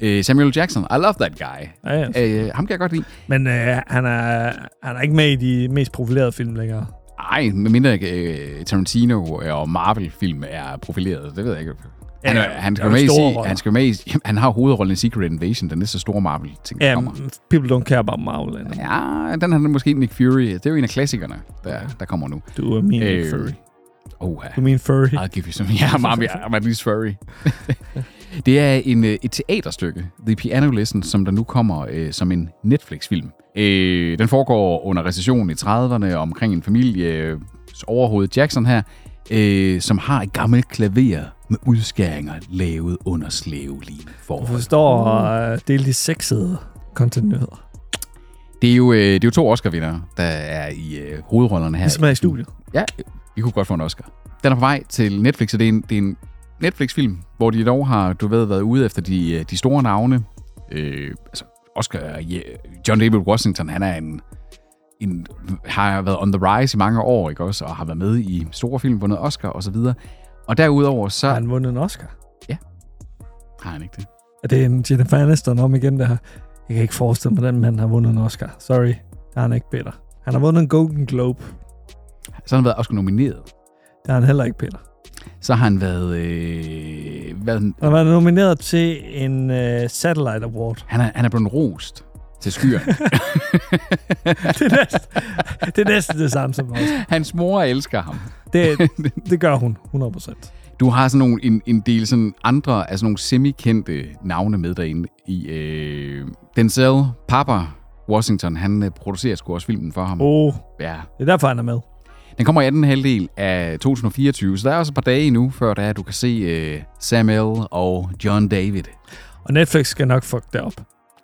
[SPEAKER 3] Øh, Samuel Jackson, I love that guy.
[SPEAKER 2] Ja, ja.
[SPEAKER 3] Øh, ham kan jeg godt lide.
[SPEAKER 2] Men øh, han, er, han er ikke med i de mest profilerede film længere.
[SPEAKER 3] Ej, medmindre øh, Tarantino og Marvel-film er profileret. Det ved jeg ikke. Han,
[SPEAKER 2] Ja,
[SPEAKER 3] er, han,
[SPEAKER 2] der
[SPEAKER 3] skal
[SPEAKER 2] er
[SPEAKER 3] med i,
[SPEAKER 2] jo store
[SPEAKER 3] se-
[SPEAKER 2] roller.
[SPEAKER 3] han, skal med i, jamen, han har hovedrollen i Secret Invasion, den næste store Marvel-ting, der
[SPEAKER 2] Ja,
[SPEAKER 3] kommer.
[SPEAKER 2] people don't care about Marvel. and
[SPEAKER 3] Ja, den har måske Nick Fury. Det er jo en af klassikerne, der, der kommer nu.
[SPEAKER 2] Du er min
[SPEAKER 3] Øh, Ah.
[SPEAKER 2] furry.
[SPEAKER 3] Oha.
[SPEAKER 2] Du er min furry.
[SPEAKER 3] I'll give you some. Ja, Marvel, I'm at least furry. det er en, øh, et teaterstykke, The Piano Lesson, som der nu kommer øh, som en Netflix-film. Øh, den foregår under recessionen i 30'erne omkring en familie øh, overhovedet Jackson her, øh, som har et gammelt klaver med udskæringer lavet under slævelige
[SPEAKER 2] Jeg
[SPEAKER 3] forhold.
[SPEAKER 2] forstår at uh, dele de sexede kontinuer.
[SPEAKER 3] Det er jo, øh, det er jo to Oscar-vinder, der er i øh, hovedrollerne her.
[SPEAKER 2] Ligesom her i studiet.
[SPEAKER 3] Ja, vi kunne godt få en Oscar. Den er på vej til Netflix, og det er en, det er en Netflix-film, hvor de dog har, du ved, været ude efter de, øh, de store navne. Øh, altså, Oscar, yeah. John David Washington, han er en, en, har været on the rise i mange år, ikke også? Og har været med i store film, vundet Oscar og så videre. Og derudover så...
[SPEAKER 2] Har han vundet en Oscar?
[SPEAKER 3] Har han ikke det?
[SPEAKER 2] Og det er en Jennifer Aniston om igen, der har- Jeg kan ikke forestille mig, at den mand har vundet en Oscar. Sorry, der er han ikke, Peter. Han har vundet en Golden Globe.
[SPEAKER 3] Så har han været Oscar nomineret.
[SPEAKER 2] Der er han heller ikke, Peter.
[SPEAKER 3] Så har han været... Øh, været
[SPEAKER 2] Han har været nomineret til en uh, Satellite Award.
[SPEAKER 3] han, er, han er blevet rost til skyerne.
[SPEAKER 2] Det er, næsten, det er næsten det samme som Oscar.
[SPEAKER 3] Hans mor elsker ham.
[SPEAKER 2] Det, det gør hun, 100%.
[SPEAKER 3] Du har sådan nogle, en, en del sådan andre, altså nogle semikendte navne med derinde i øh, Denzel Papa Washington, han øh, producerer sgu også filmen for ham.
[SPEAKER 2] Oh,
[SPEAKER 3] Ja.
[SPEAKER 2] det er derfor, han er med.
[SPEAKER 3] Den kommer i anden halvdel af 2024, så der er også et par dage endnu, før der er, du kan se øh, Samuel og John David.
[SPEAKER 2] Og Netflix skal nok fuck det op.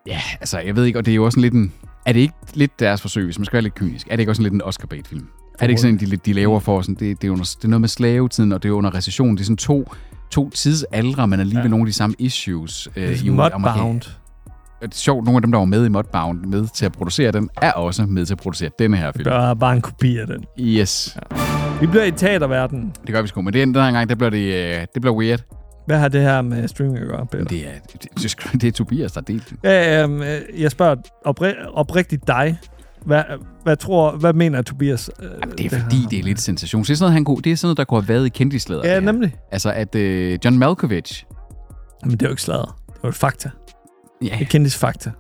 [SPEAKER 3] Ja, altså jeg ved ikke, og det er jo også sådan lidt en... Er det ikke lidt deres forsøg, hvis man skal være lidt kynisk? Er det ikke også sådan lidt en oscar bait film Er det ikke sådan, de, lidt- de laver for sådan, det, det, er under, det er noget med slavetiden, og det er under recession. Det er sådan to, to tidsaldre, men alligevel ja. nogle af de samme issues. Øh, i
[SPEAKER 2] Mudbound.
[SPEAKER 3] Og Det er sjovt, nogle af dem, der var med i Mudbound, med til at producere den, er også med til at producere denne her film.
[SPEAKER 2] Der er bare en kopi af den.
[SPEAKER 3] Yes,
[SPEAKER 2] Vi bliver i teaterverdenen.
[SPEAKER 3] det gør vi sgu. Men den, den her gang, der bliver det, øh, det bliver weird.
[SPEAKER 2] Hvad har det her med streaming at gøre, Peter?
[SPEAKER 3] Det er, det, det, det er Tobias, der har delt den.
[SPEAKER 2] Ja, øhm, øh, jeg spørger opri- oprigtigt dig. Hvad, hvad, tror, hvad mener Tobias? øh,
[SPEAKER 3] Jamen, det er
[SPEAKER 2] her
[SPEAKER 3] fordi,
[SPEAKER 2] om?
[SPEAKER 3] det er lidt sensation. Så Det er sådan noget, han kunne, det er sådan noget, der kunne have været i kendtislæder.
[SPEAKER 2] Ja, nemlig.
[SPEAKER 3] Altså, at øh, John Malkovich...
[SPEAKER 2] Men det er jo ikke sladder. Det er jo et fakta.
[SPEAKER 3] Ja,
[SPEAKER 2] Et kendis fakta.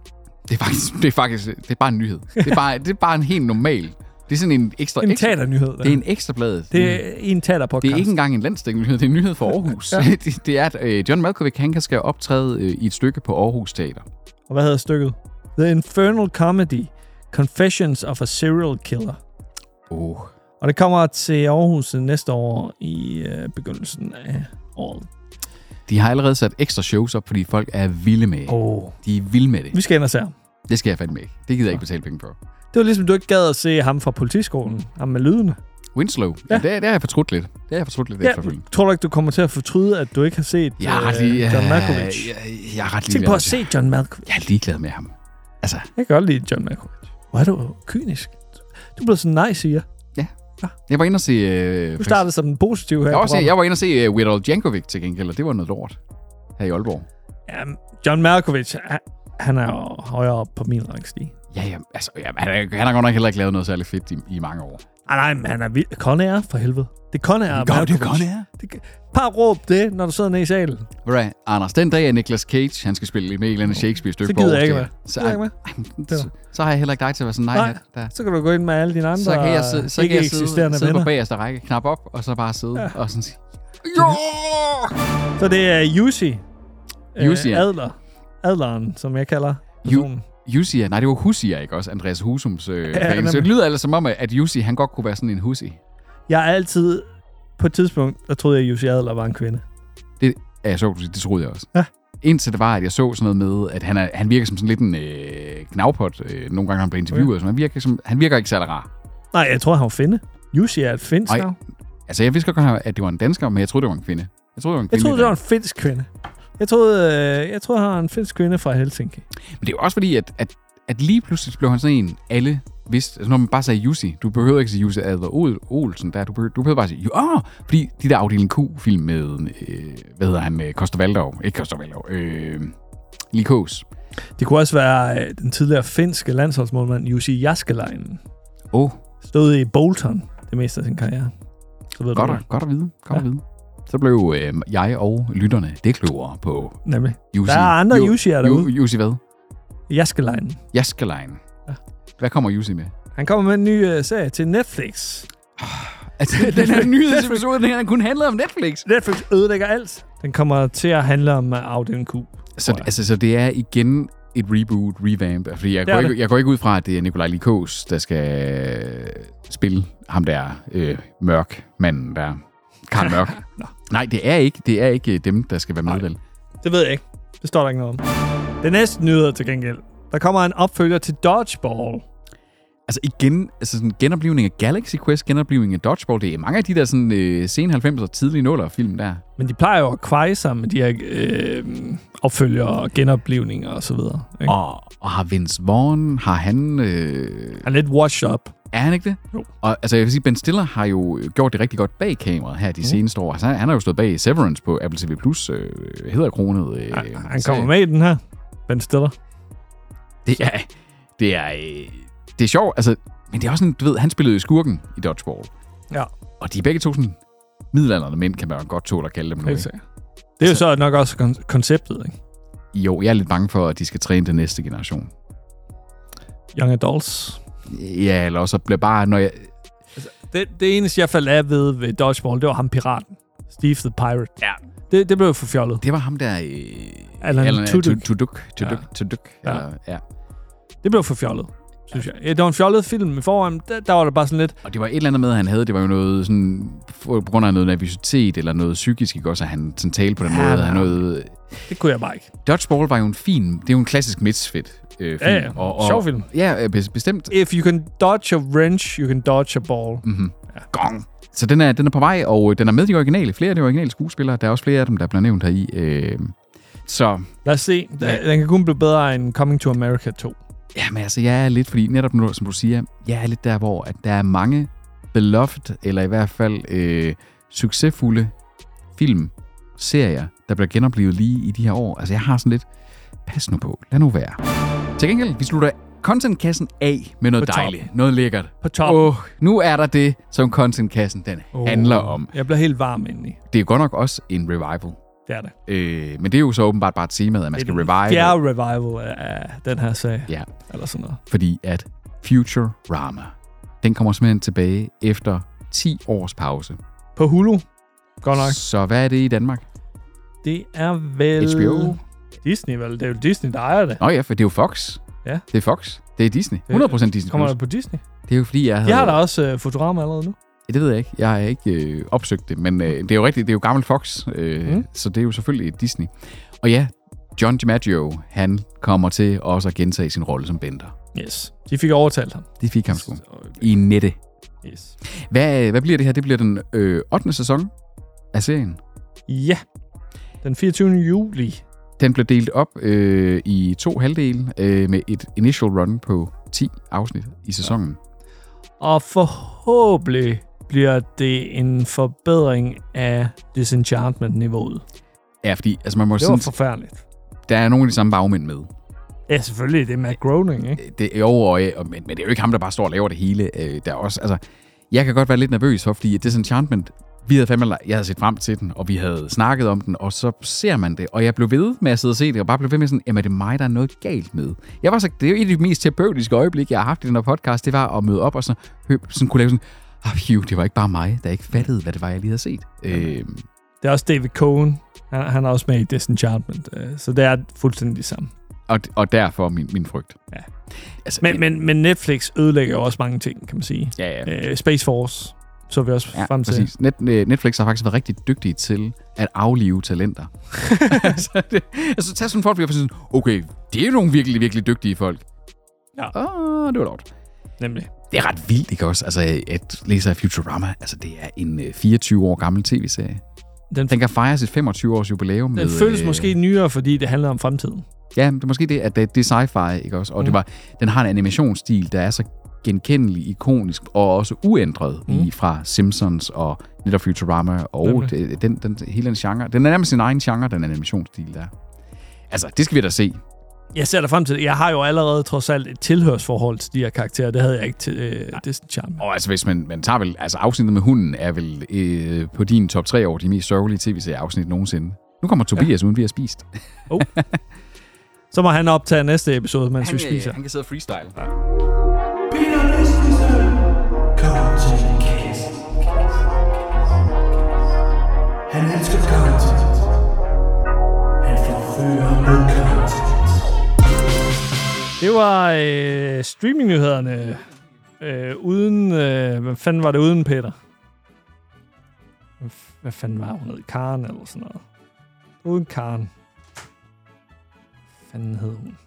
[SPEAKER 3] det er, faktisk, det er faktisk... Det er bare en nyhed. Det er bare, det er bare en helt normal... Det er sådan en ekstra...
[SPEAKER 2] En
[SPEAKER 3] ekstra,
[SPEAKER 2] teaternyhed.
[SPEAKER 3] det er en ekstra blad.
[SPEAKER 2] det er en teaterpodcast.
[SPEAKER 3] det er ikke engang en landstækkende nyhed, det er en nyhed for Aarhus. ja. det, det, er, at øh, John Malkovich, han kan skal optræde øh, i et stykke på Aarhus Teater.
[SPEAKER 2] Og hvad hedder stykket? The Infernal Comedy. Confessions of a Serial Killer.
[SPEAKER 3] Åh, oh,
[SPEAKER 2] Og det kommer til Aarhus næste år i øh, begyndelsen af året.
[SPEAKER 3] de har allerede sat ekstra shows op, fordi folk er vilde med. Oh.
[SPEAKER 2] Oh.
[SPEAKER 3] De er vilde med det.
[SPEAKER 2] Vi skal ind og se ham.
[SPEAKER 3] Det skal jeg fandme ikke. Det gider jeg ikke betale penge for.
[SPEAKER 2] Det var ligesom, du ikke gad at se ham fra politiskolen.
[SPEAKER 3] Mm.
[SPEAKER 2] Ham med lydene.
[SPEAKER 3] Winslow. Ja. Det, det har jeg fortrudt lidt. Det har jeg fortrudt lidt ja.
[SPEAKER 2] Ja,
[SPEAKER 3] efterfølgende.
[SPEAKER 2] tror du ikke, du kommer til at fortryde, at du ikke har set
[SPEAKER 3] Jeg er ret
[SPEAKER 2] øh,
[SPEAKER 3] lige...
[SPEAKER 2] John Malkovich?
[SPEAKER 3] Jeg, jeg, jeg er ret
[SPEAKER 2] Tænk
[SPEAKER 3] lige...
[SPEAKER 2] på at se John Malkovich.
[SPEAKER 3] Jeg er ligeglad med ham. Altså,
[SPEAKER 2] Jeg kan godt lide John Malkovich. Hvor er du kynisk. Du er blevet sådan nej, siger.
[SPEAKER 3] jeg var inde og se... Øh,
[SPEAKER 2] Du startede som den positive her.
[SPEAKER 3] jeg,
[SPEAKER 2] i
[SPEAKER 3] var også,
[SPEAKER 2] programmet.
[SPEAKER 3] jeg var inde og se uh, Weird Al Jankovic til gengæld, og det var noget lort her i Aalborg.
[SPEAKER 2] Jamen, John Malkovich, han- han er jo højere op på min rangstige.
[SPEAKER 3] Ja, ja, altså, ja, han, er, han har godt nok heller ikke lavet noget særligt fedt i, i mange år.
[SPEAKER 2] Ah, nej, men han er vild. Conair, for helvede. Det er Conair. Malkovich.
[SPEAKER 3] er.
[SPEAKER 2] Det kan- Bare råb det, når du sidder nede i salen.
[SPEAKER 3] Right. Anders, den dag er Nicolas Cage, han skal spille med et eller andet Shakespeare-stykke.
[SPEAKER 2] Så gider
[SPEAKER 3] på
[SPEAKER 2] jeg ikke
[SPEAKER 3] Aarhus
[SPEAKER 2] være.
[SPEAKER 3] Teater.
[SPEAKER 2] Gider jeg ikke
[SPEAKER 3] Så, ej, så, så, har jeg heller ikke dig til at være sådan, nej,
[SPEAKER 2] Nej.
[SPEAKER 3] nej. Der,
[SPEAKER 2] Så kan du gå ind med alle dine andre
[SPEAKER 3] så kan jeg, sidde, så
[SPEAKER 2] ikke
[SPEAKER 3] kan jeg sidde,
[SPEAKER 2] eksisterende
[SPEAKER 3] sidde på
[SPEAKER 2] venner.
[SPEAKER 3] bagerste række, knap op, og så bare sidde ja. og sådan sige,
[SPEAKER 2] Så det er Jussi. øh,
[SPEAKER 3] Jussi, ja.
[SPEAKER 2] Adler. Adleren, som jeg kalder personen.
[SPEAKER 3] Jussi, nej, det var Husi, ikke også? Andreas Husums øh,
[SPEAKER 2] Ja,
[SPEAKER 3] ja, Så det
[SPEAKER 2] nemlig.
[SPEAKER 3] lyder altså som om, at Jussi, han godt kunne være sådan en Husi.
[SPEAKER 2] Jeg er altid... På et tidspunkt, der troede jeg, at Jussi Adler var en kvinde.
[SPEAKER 3] Det, ja, jeg så, du sige, det troede jeg også.
[SPEAKER 2] Ja.
[SPEAKER 3] Indtil det var, at jeg så sådan noget med, at han, er, han virker som sådan lidt en øh, knavpot, øh, nogle gange, når han bliver interviewet. Okay. Så han, virker som, han virker ikke særlig rar.
[SPEAKER 2] Nej, jeg tror, han var finde. Jussi er et finsk
[SPEAKER 3] Ej,
[SPEAKER 2] navn.
[SPEAKER 3] Altså, jeg vidste godt, at det var en dansker, men jeg troede, det var en kvinde. Jeg troede, det var en
[SPEAKER 2] Jeg
[SPEAKER 3] kvinde.
[SPEAKER 2] troede, det var en finsk kvinde. Jeg troede, øh, jeg troede, han var en finsk kvinde fra Helsinki.
[SPEAKER 3] Men det er jo også fordi, at, at, at lige pludselig blev han sådan en, alle vidste, altså når man bare sagde Jussi, du behøver ikke sige Jussi Adler Ol- Olsen, der, du, behøver, du behøver bare sige, ja, fordi de der Afdeling Q-film med, øh, hvad hedder han, øh, Koster Valdov, ikke Koster Valdov, øh, Likos.
[SPEAKER 2] Det kunne også være øh, den tidligere finske landsholdsmålmand Jussi Jaskelainen.
[SPEAKER 3] Åh, oh,
[SPEAKER 2] Stod i Bolton det meste af sin karriere. Så ved
[SPEAKER 3] godt,
[SPEAKER 2] du
[SPEAKER 3] at,
[SPEAKER 2] det.
[SPEAKER 3] godt at vide, godt ja.
[SPEAKER 2] Ja.
[SPEAKER 3] at vide. Så blev øh, jeg og lytterne det klogere på
[SPEAKER 2] Nemlig.
[SPEAKER 3] Jussi.
[SPEAKER 2] Der er andre
[SPEAKER 3] Ju-
[SPEAKER 2] Jussi'er
[SPEAKER 3] Ju-
[SPEAKER 2] derude.
[SPEAKER 3] Jussi hvad?
[SPEAKER 2] Jaskelainen.
[SPEAKER 3] Jaskelein. Hvad kommer Jussi med?
[SPEAKER 2] Han kommer med en ny øh, serie til Netflix.
[SPEAKER 3] Altså, den her nyhedsepisode, den her kun handlede om Netflix.
[SPEAKER 2] Netflix ødelægger alt. Den kommer til at handle om øh, afdeling Q.
[SPEAKER 3] Så,
[SPEAKER 2] tror jeg.
[SPEAKER 3] altså, så det er igen et reboot, revamp. Fordi jeg,
[SPEAKER 2] Det
[SPEAKER 3] går
[SPEAKER 2] er
[SPEAKER 3] ikke,
[SPEAKER 2] det.
[SPEAKER 3] jeg går ikke ud fra, at det er Nikolaj Likos, der skal øh, spille ham der øh, mørk manden der. Karl Mørk. Nej, det er ikke, det er ikke øh, dem, der skal være med, vel?
[SPEAKER 2] Det ved jeg ikke. Det står der ikke noget om. Det næste nyheder til gengæld. Der kommer en opfølger til Dodgeball.
[SPEAKER 3] Altså igen, altså sådan genoplivning af Galaxy Quest, genoplivning af Dodgeball, det er mange af de der sådan, øh, sen 90'er, tidlige 0'er film der.
[SPEAKER 2] Men de plejer jo at kveje sig med de her øh, opfølger og genoplevninger og så videre. Ikke?
[SPEAKER 3] Og, og har Vince Vaughn, har han... Øh,
[SPEAKER 2] Han er lidt washed up.
[SPEAKER 3] Er han ikke det?
[SPEAKER 2] Jo.
[SPEAKER 3] Og altså, jeg vil sige, Ben Stiller har jo øh, gjort det rigtig godt bag kameraet
[SPEAKER 2] Mhm.
[SPEAKER 3] her de seneste år. Altså, han han har jo stået bag Severance på Apple TV+, Plus, øh, hedderkronet. Øh,
[SPEAKER 2] Han, han
[SPEAKER 3] serie.
[SPEAKER 2] kommer med i den her. Ben Stiller.
[SPEAKER 3] Det er, det er, øh, det er sjovt, altså, men det er også sådan, du ved, han spillede jo skurken i Dodgeball.
[SPEAKER 2] Ja,
[SPEAKER 3] Og de er begge to sådan middelalderne mænd, kan man godt tåle at kalde dem nu.
[SPEAKER 2] helt
[SPEAKER 3] Ikke?
[SPEAKER 2] sikkert. Det er jo
[SPEAKER 3] Altså-
[SPEAKER 2] så nok også kon- konceptet, ikke?
[SPEAKER 3] Jo, jeg er lidt bange for, at de skal træne den næste generation.
[SPEAKER 2] Young Adults.
[SPEAKER 3] Ja, eller også bliver bare, når jeg...
[SPEAKER 2] Det, det eneste, jeg faldt af ved ved Dodgeball, det var ham piraten. Steve the Pirate. Ja. Det, det blev for fjollet.
[SPEAKER 3] Det var ham der... Øh,
[SPEAKER 2] Alan Tudyk.
[SPEAKER 3] Tuduk. Tuduk.
[SPEAKER 2] Ja.
[SPEAKER 3] Tuduk.
[SPEAKER 2] Ja.
[SPEAKER 3] eller- Ja.
[SPEAKER 2] Det blev for fjollet, synes jeg. Ja, det var en fjollet film i forvejen. Der, der var det bare sådan lidt...
[SPEAKER 3] Og det var et eller andet med, han havde, det var jo noget sådan, på grund af noget nervøsitet eller noget psykisk, ikke også, at han sådan talte på den
[SPEAKER 2] Ja,
[SPEAKER 3] måde.
[SPEAKER 2] men-
[SPEAKER 3] Han noget...
[SPEAKER 2] Det kunne jeg bare ikke.
[SPEAKER 3] Dodgeball var jo en fin, det er jo en klassisk misfit øh, film.
[SPEAKER 2] Ja, ja.
[SPEAKER 3] Og, og,
[SPEAKER 2] Sjov film.
[SPEAKER 3] Ja, øh, bes- bestemt. Mhm.
[SPEAKER 2] If you can dodge a wrench, you can dodge a ball. Mm.
[SPEAKER 3] Gong. Så den er, den er på vej, og øh, den er med de originale. Flere af de originale skuespillere. Der er også flere af dem, der bliver nævnt her i. Øh, så
[SPEAKER 2] Lad os se.
[SPEAKER 3] Ja.
[SPEAKER 2] Ja. Den kan kun blive bedre end Coming to America 2.
[SPEAKER 3] Ja, men altså, jeg er lidt, fordi netop nu, som du siger, jeg er lidt der, hvor at der er mange beloved, eller i hvert fald øh, succesfulde film, serier, der bliver genoplevet lige i de her år. Altså, jeg har sådan lidt, pas nu på, lad nu være. Til gengæld, vi slutter contentkassen af med noget
[SPEAKER 2] På toppen.
[SPEAKER 3] dejligt, noget lækkert.
[SPEAKER 2] På toppen.
[SPEAKER 3] Åh, oh, nu er der det, som contentkassen den oh. handler om.
[SPEAKER 2] Jeg bliver helt varm indeni.
[SPEAKER 3] Det er godt nok også en revival.
[SPEAKER 2] Det er det.
[SPEAKER 3] Øh, men det er jo så åbenbart bare temaet, at man skal revive.
[SPEAKER 2] Det er revival af den her sag.
[SPEAKER 3] Ja.
[SPEAKER 2] Eller sådan noget.
[SPEAKER 3] fordi at Futurama, den kommer simpelthen tilbage efter 10 års pause.
[SPEAKER 2] På Hulu. Godt nok.
[SPEAKER 3] Så hvad er det i Danmark?
[SPEAKER 2] Det er vel...
[SPEAKER 3] HBO?
[SPEAKER 2] Disney, vel? Det er jo Disney, der ejer det.
[SPEAKER 3] Nå ja, for det er jo Fox.
[SPEAKER 2] Ja.
[SPEAKER 3] Det er Fox. Det er Disney. 100% Disney
[SPEAKER 2] Kommer
[SPEAKER 3] Plus.
[SPEAKER 2] der på Disney?
[SPEAKER 3] Det er jo fordi, jeg havde...
[SPEAKER 2] De har da også uh, Futurama allerede nu.
[SPEAKER 3] Det ved jeg ikke. Jeg har ikke øh, opsøgt det, men øh, det er jo rigtigt. Det er jo gammel Fox, øh, mm.
[SPEAKER 2] Mm.
[SPEAKER 3] så det er jo selvfølgelig Disney. Og ja, John DiMaggio, han kommer til også at gentage sin rolle som Bender.
[SPEAKER 2] Yes. De fik overtalt ham.
[SPEAKER 3] Det fik ham sgu.
[SPEAKER 2] Så-
[SPEAKER 3] I nette.
[SPEAKER 2] Yes.
[SPEAKER 3] Hvad, hvad bliver det her? Det bliver den øh, 8. sæson af serien.
[SPEAKER 2] Ja. Den 24. juli.
[SPEAKER 3] Den blev delt op øh, i to halvdele øh, med et initial run på 10 afsnit i sæsonen.
[SPEAKER 2] Og forhåbentlig bliver det en forbedring af Disenchantment-niveauet.
[SPEAKER 3] Ja, fordi altså, man må
[SPEAKER 2] Det var
[SPEAKER 3] sådan,
[SPEAKER 2] forfærdeligt.
[SPEAKER 3] der er nogle af de samme bagmænd med.
[SPEAKER 2] Ja, selvfølgelig. Det er Matt Groening, ikke?
[SPEAKER 3] Det er over, og, øh, men, men det er jo ikke ham, der bare står og laver det hele. Øh, der er også, altså, jeg kan godt være lidt nervøs for, fordi Disenchantment, vi havde fandme, jeg havde set frem til den, og vi havde snakket om den, og så ser man det, og jeg blev ved med at sidde og se det, og bare blev ved med sådan, jamen er det mig, der er noget galt med? Jeg var så, det er jo et af de mest terapeutiske øjeblikke, jeg har haft i den her podcast, det var at møde op og så, hø, sådan kunne lave sådan, ah, phew, det var ikke bare mig, der ikke fattede, hvad det var, jeg lige havde set. Øh,
[SPEAKER 2] Det er også David Cohen. Han, han er også med i Disenchantment. øh, Så det er fuldstændig det samme.
[SPEAKER 3] og, og derfor min, min frygt.
[SPEAKER 2] Ja.
[SPEAKER 3] Altså,
[SPEAKER 2] Men, men, men Netflix ødelægger jo også mange ting, kan man sige.
[SPEAKER 3] ja, ja.
[SPEAKER 2] Øh, Space Force så vi også
[SPEAKER 3] Ja,
[SPEAKER 2] frem til.
[SPEAKER 3] præcis. Net, øh, Netflix har faktisk været rigtig dygtige til at aflive talenter. altså, det, altså, tag sådan folk, og sådan, okay, det er nogle virkelig, virkelig dygtige folk.
[SPEAKER 2] Ja.
[SPEAKER 3] Åh, det var lort.
[SPEAKER 2] Nemlig.
[SPEAKER 3] Det er ret vildt, ikke også? Altså, at læse af Futurama, altså, det er en øh, 24 år gammel tv-serie.
[SPEAKER 2] Den,
[SPEAKER 3] Den
[SPEAKER 2] den,
[SPEAKER 3] kan fejre sit 25-års jubilæum. øh,
[SPEAKER 2] den føles måske nyere, fordi det handler om fremtiden.
[SPEAKER 3] Ja, det er måske det, at det, det er sci-fi, ikke også? Og mm. det var, den har en animationsstil, der er så genkendelig, ikonisk og også uændret mm. i, fra Simpsons og netop Futurama og
[SPEAKER 2] Nemlig.
[SPEAKER 3] det, den, den, hele den genre. Den er nærmest sin egen genre, den animationsstil der. Altså, det skal vi da se.
[SPEAKER 2] Jeg ser der frem til det. Jeg har jo allerede trods alt et tilhørsforhold til de her karakterer. Det havde jeg ikke til øh, Disenchantment.
[SPEAKER 3] Og altså, hvis man, man tager vel... Altså, afsnittet med hunden er vel øh, på din top 3 over de mest sørgelige tv-serieafsnit nogensinde. Nu kommer Tobias, ja. uden vi har spist.
[SPEAKER 2] Så må han optage næste episode, mens vi
[SPEAKER 3] øh,
[SPEAKER 2] spiser.
[SPEAKER 3] han kan sidde og freestyle. Ja.
[SPEAKER 5] Peter Vestisen. Contentkassen. Han elsker content. Han forfører med content.
[SPEAKER 2] Det var øh, streamingnyhederne. Øh, uden... Øh, hvad fanden var det uden, Peter? Hvad f- Hvad fanden var hun hed? Karen eller sådan noget? Uden Karen. Hvad fanden hed hun?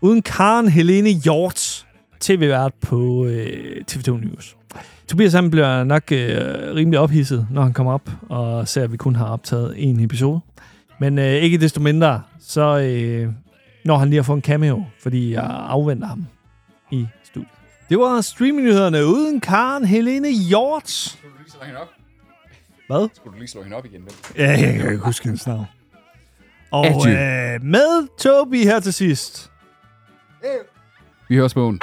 [SPEAKER 2] Uden Karen Helene Hjort. TV-vært på øh, TV2 News. Tobias han bliver nok øh, rimelig ophidset, når han kommer op og ser, at vi kun har optaget en episode. Men øh, ikke desto mindre, så øh, når han lige har fået en cameo, fordi jeg afventer ham i studiet. Det var streamingnyhederne uden Karen Helene Hjort.
[SPEAKER 3] Skulle du lige slå hende op?
[SPEAKER 2] Hvad?
[SPEAKER 3] Skulle du lige slå hende op igen?
[SPEAKER 2] Ja, jeg kan ikke huske hendes navn. Og
[SPEAKER 3] Adieu.
[SPEAKER 2] øh, med Toby her til sidst.
[SPEAKER 3] Vi hører spåen.